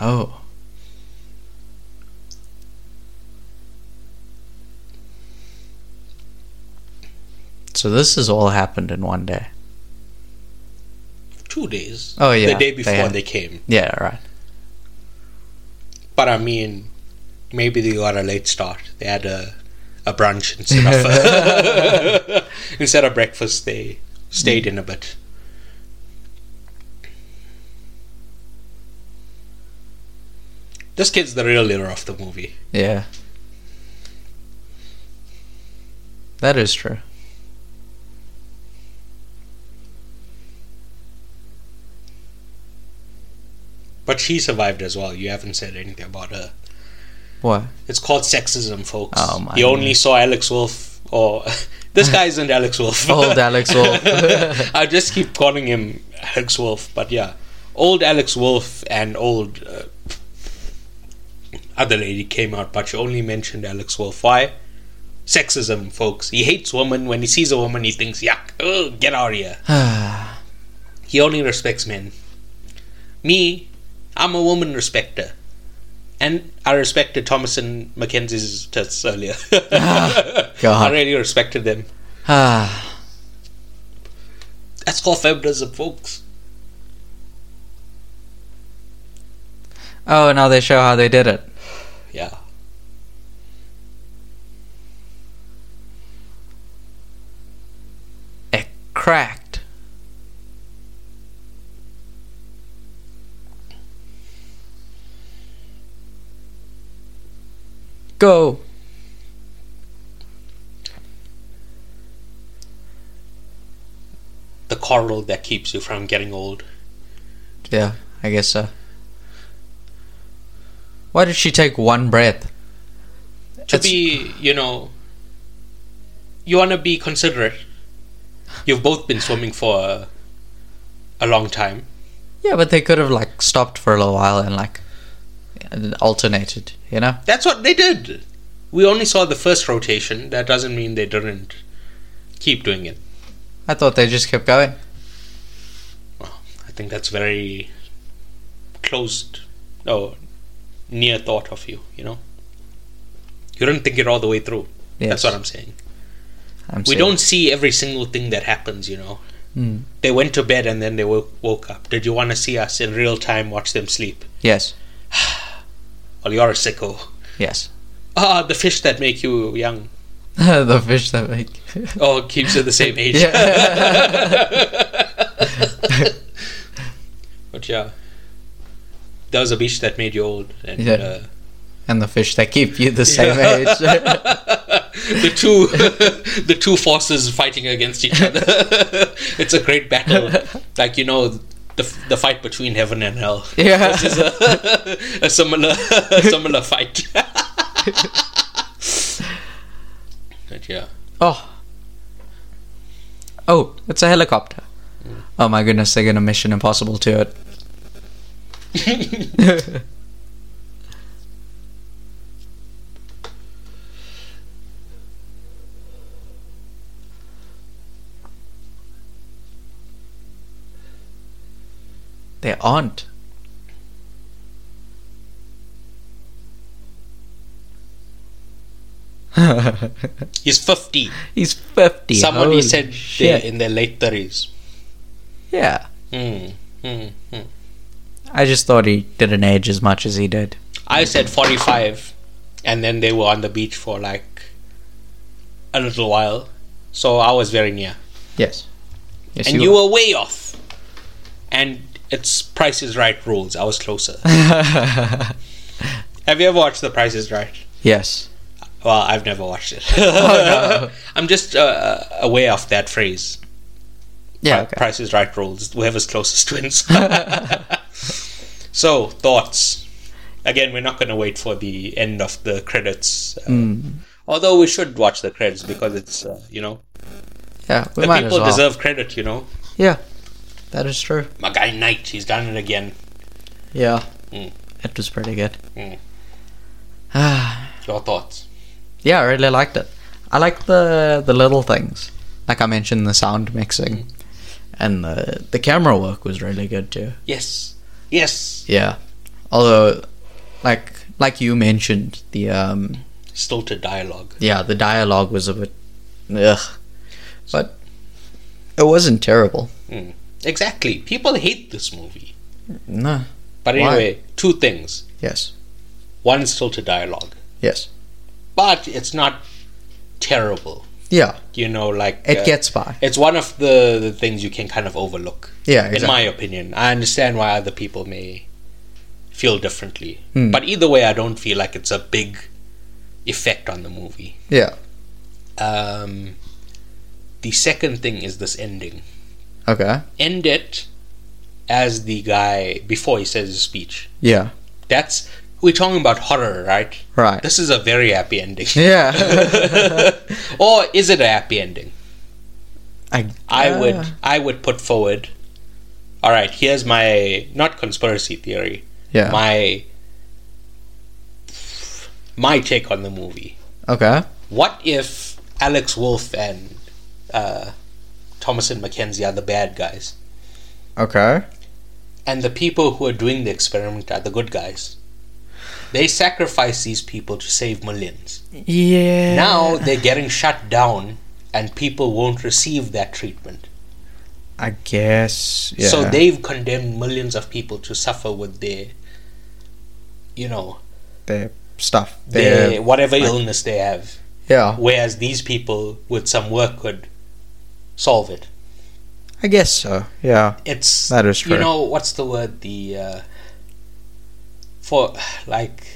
Oh. So this has all happened in one day.
Two days.
Oh, yeah,
The day
they
before
had-
they came.
Yeah, right.
But I mean, maybe they got a late start. They had a, a brunch instead of instead of breakfast. They stayed in a bit. This kid's the real leader of the movie.
Yeah. That is true.
But she survived as well. You haven't said anything about uh, her.
What?
It's called sexism, folks.
Oh, my
you only
goodness.
saw Alex Wolf, or this guy isn't Alex Wolf.
Old Alex Wolf.
I just keep calling him Alex Wolf, but yeah, old Alex Wolf and old uh, other lady came out, but she only mentioned Alex Wolf. Why? Sexism, folks. He hates women. When he sees a woman, he thinks, "Yuck! Oh, get out of here." He only respects men. Me, I'm a woman respecter. And I respected Thomason Mackenzie's tits earlier. I really respected them.
Ah,
That's called feminism, folks.
oh, now they show how they did it.
Yeah.
It cracked. Go.
The coral that keeps you from getting old.
Yeah, I guess so. Why did she take one breath?
To
It's-
be, you know, you want to be considerate. You've both been swimming for a, a long time.
Yeah, but they could have like stopped for a little while and like and alternated, you know?
That's what they did. We only saw the first rotation. That doesn't mean they didn't keep doing it.
I thought they just kept going.
I think that's very closed or near thought of you, you know? You didn't think it all the way through.
Yes,
That's what I'm saying.
I'm
We
saying.
don't see every single thing that happens, you know?
Mm.
They went to bed and then they woke, woke up. Did you want to see us in real time watch them sleep?
Yes,
Well, you're a sicko.
yes.
Ah, the fish that make you young.
the fish that make.
Oh, keeps you the same age. But yeah. There was a beach that made you old. And
Yeah.
uh,
and the fish that keep you the same age.
the two the two forces fighting against each other. it's a great battle, like you know the the fight between heaven and hell.
Yeah.
this is a, a similar a similar fight. but yeah,
oh, oh, it's a helicopter.
Mm.
Oh my goodness, they're gonna Mission Impossible to it. They aren't.
he's fifty.
He's fifty.
Somebody
Holy
said they're
shit.
in their late thirties.
Yeah,
Hmm. Hmm. Hmm.
I just thought he didn't age as much as he did.
I said forty-five, and then they were on the beach for like a little while, so I was very near.
Yes. Yes,
and you were way off. And it's Price is Right rules. I was closer. Have you ever watched The Price is Right?
Yes.
Well, I've never watched it.
Oh,
I'm just uh, aware of that phrase.
Yeah.
Pri- Price is Right rules. Whoever's closest wins. so, thoughts. Again, we're not going to wait for the end of the credits. Uh,
Hmm.
Although we should watch the credits because it's, uh, you know,
Yeah. We
the
might
people
as well.
deserve credit, you know.
Yeah. That is true.
My guy Knight, he's done it again.
Yeah.
Mm.
It was pretty good.
Mm.
Ah,
Your thoughts?
yeah, I really liked it. I like the the little things, like I mentioned, the sound
Mm.
mixing, and the the camera work was really good too.
Yes. Yes.
Yeah. Although, like like you mentioned, the um
Stilted dialogue.
yeah the dialogue was a bit ugh, but it wasn't terrible.
Mm. Exactly. People hate this movie.
No.
But
Why?
anyway, two things.
Yes.
One, stilted dialogue.
Yes.
But it's not terrible.
Yeah.
You know, like.
It
uh,
gets by.
It's one of the, the things you can kind of overlook.
Yeah.
In
Exactly.
my opinion. I understand why other people may feel differently.
Mm.
But either way, I don't feel like it's a big effect on the movie.
yeah.
Um, the second thing is this ending.
Okay.
end it as the guy before he says his speech.
Yeah.
That's we're talking about horror, right?
Right.
This is a very happy ending.
Yeah.
or is it a happy ending?
I,
I
uh,
would I would put forward. All right, here's my not conspiracy theory.
Yeah.
My my take on the movie.
okay.
What if Alex Wolf and uh, Thomas and Mackenzie are the bad guys,
Okay.
and the people who are doing the experiment are the good guys? They sacrifice these people to save millions.
Yeah.
Now they're getting shut down, and people won't receive that treatment.
I guess. Yeah.
So they've condemned millions of people to suffer with their, you know,
their stuff.
their
Their,
whatever illness they have.
yeah.
Whereas these people with some work could solve it.
I guess so. Yeah.
It's
That is
You
true.
know what's the word? The uh, for like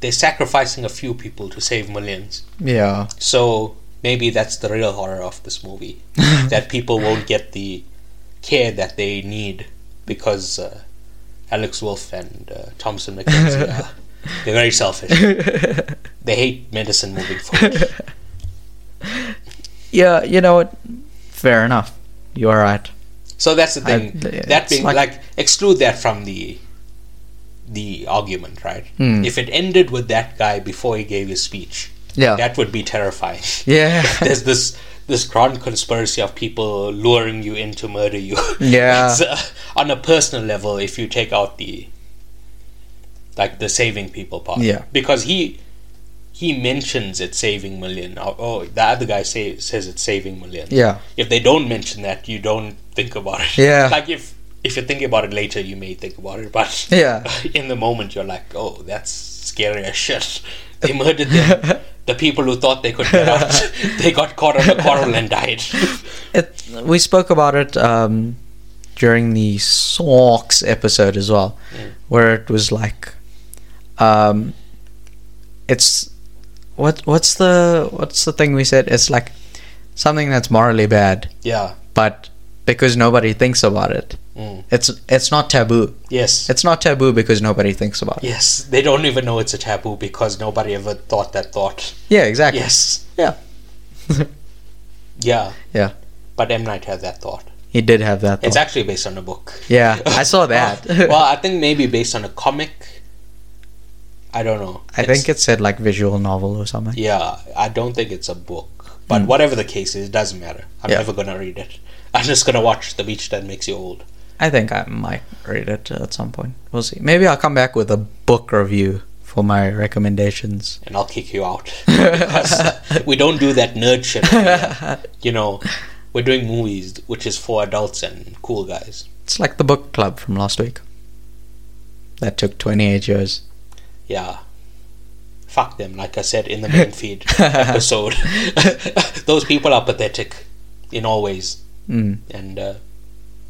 they're sacrificing a few people to save millions.
Yeah.
So maybe that's the real horror of this movie that people won't get the care that they need because uh, Alex Wolf and uh, Thompson McKenzie are they're very selfish. They hate medicine moving forward.
yeah. You know what? Fair enough. You are right.
So that's the thing.
I-
that
it's
being like,
like-
exclude that from the the argument, right?
Hmm.
If it ended with that guy before he gave his speech,
Yeah.
that would be terrifying.
yeah.
There's this this grand conspiracy of people luring you in to murder you.
Yeah.
It's, uh, on a personal level, if you take out the like the saving people part,
Yeah.
because he he mentions it's saving million. Oh, oh the other guy say, says it's saving million.
yeah.
If they don't mention that, you don't think about it.
Yeah.
like if if you're thinking about it later, you may think about it, but
Yeah.
in the moment, you're like, oh, that's scary as shit. They murdered them. the people who thought they could get out, they got caught on the coral and died.
It, we spoke about it um, during the Sawks episode as well,
Mm.
where it was like, um, it's what what's the what's the thing we said? It's like something that's morally bad,
yeah.
but because nobody thinks about it,
Mm.
it's it's not taboo.
Yes.
It's not taboo because nobody thinks about it.
Yes. They don't even know it's a taboo because nobody ever thought that thought.
Yeah, exactly.
Yes.
Yeah,
Yeah.
yeah.
But M. Night had that thought.
He did have that.
It's
thought.
actually based on a book.
yeah, Oh. I saw that.
well, I think maybe based on a comic. I don't know.
I think it said like visual novel or something.
Yeah, I don't think it's a book. But whatever the case is, it doesn't matter. I'm
Hmm. Yeah.
never going to read it. I'm just going to watch The Beach That Makes You Old.
I think I might read it at some point. We'll see. Maybe I'll come back with a book review for my recommendations.
And I'll kick you out. Because we don't do that nerd shit. here. You know, we're doing movies, which is for adults and cool guys.
It's like the book club from last week. That took 28 years.
Yeah. Fuck them, like I said in the main feed episode. Those people are pathetic in all ways.
Mm.
and uh,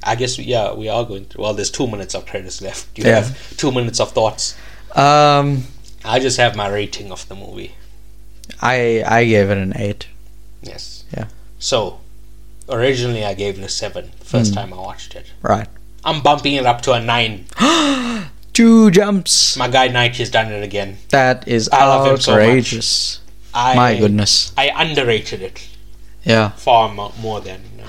I guess yeah, we are going to. Well, there's two minutes of credits left. You
Yeah.
have two minutes of thoughts.
Um,
I just have my rating of the movie.
I I gave it an eight.
Yes.
Yeah.
So originally I gave it a seven first
Hmm.
time I watched it.
Right.
I'm bumping it up to a nine.
Two jumps.
My guy Knight has done it again.
That is
I love him so much.
outrageous.
I,
My goodness.
I underrated it
Yeah.
far mo- more than. Uh,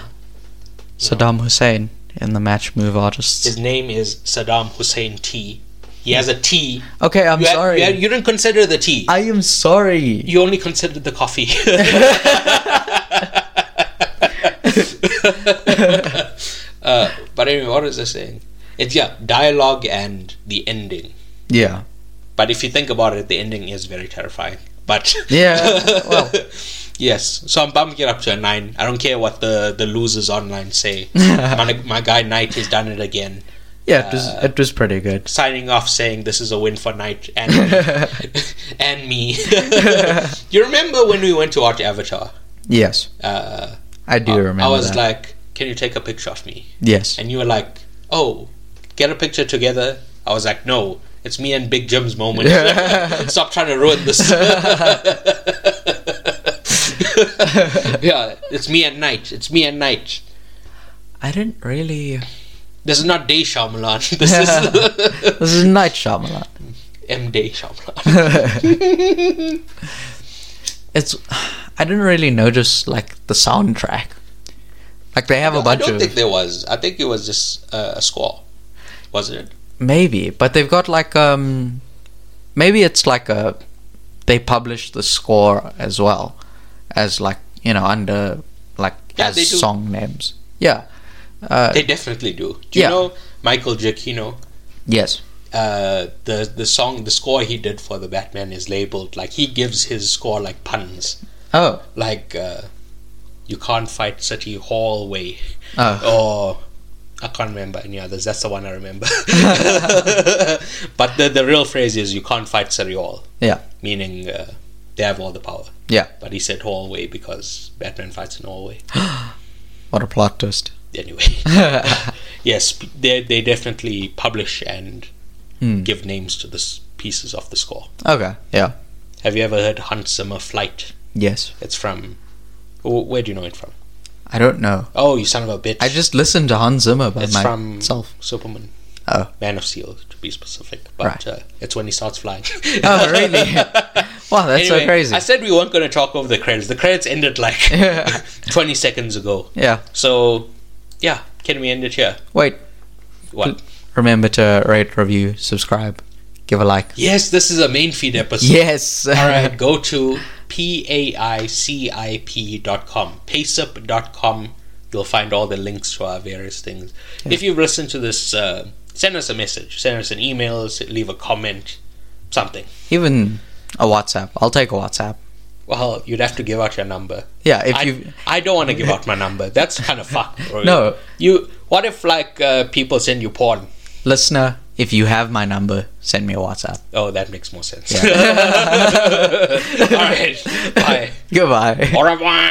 Saddam Hussein in the match move artists.
his name is Saddam Hussein T. He has a T.
Okay, I'm
You, ha-
sorry.
you, ha- you didn't consider the T.
I am sorry.
You only considered the coffee. uh, but anyway, what was I saying? It's yeah, dialogue and the ending.
Yeah.
But if you think about it, the ending is very terrifying. But
Yeah. Well,
yes, so I'm bumping it up to a nine. I don't care what the the losers online say. my, my guy Knight has done it again.
yeah, it
Uh,
was, it was pretty good.
Signing off saying this is a win for Knight and and me. you remember when we went to watch Avatar?
Yes,
Uh,
I do remember.
I was
that.
like, "Can you take a picture of me?"
yes,
And you were like, "Oh, get a picture together." I was like, "No, it's me and Big Jim's moment. Stop trying to ruin this." yeah, it's me at night. It's me at night.
I didn't really.
This is not Day Shyamalan. This is
This is Night Shyamalan.
M Day Shyamalan.
It's I didn't really notice like the soundtrack. Like they have a
I
bunch
don't
of
think there was. I think it was just uh, a score, wasn't it?
maybe, but they've got like um maybe it's like a they publish the score as well as like you know under like
Yeah, they
as
do.
song names. Yeah. Uh,
They definitely do. Do you
Yeah.
know Michael Giacchino?
yes.
Uh, the the song, the score he did for the Batman is labeled like he gives his score like puns,
Oh.
like uh, "You can't fight City Hallway"
Oh.
or I can't remember any others. That's the one I remember. but the the real phrase is "You can't fight City Hall,"
Yeah.
meaning uh, they have all the power.
Yeah.
But he said hallway because Batman fights in hallway.
What a plot twist.
Anyway, yes, p- they they definitely publish and
Hmm.
give names to the s- pieces of the score.
Okay. Yeah.
Have you ever heard Hans Zimmer Flight?
Yes.
It's from. wh- Where do you know it from?
I don't know.
Oh, you son of a bitch!
I just listened to Hans Zimmer by
it's from
myself.
Superman.
Oh.
Man of Steel, to be specific. But
Right.
uh, it's when he starts flying.
Oh, really? wow, that's so
Anyway,
crazy.
I said we weren't going to talk over the credits. The credits ended like 20 seconds ago.
yeah.
So, yeah, can we end it here?
Wait.
What?
Remember to rate, review, subscribe, give a like.
Yes, this is a main feed episode.
Yes.
All right, go to paicip.com, paicip.com. You'll find all the links to our various things. If you've listened to this, uh, send us a message, send us an email, s- leave a comment, something.
Even a WhatsApp. I'll take a WhatsApp.
Well, you'd have to give out your number.
Yeah. If
I, Oh,
you.
I don't want to give out my number. That's kind of fucked. bro.
No.
You. What if like uh, people send you porn?
Listener, if you have my number, send me a WhatsApp.
Oh, that makes more sense. All right. Bye.
Goodbye.
Au revoir.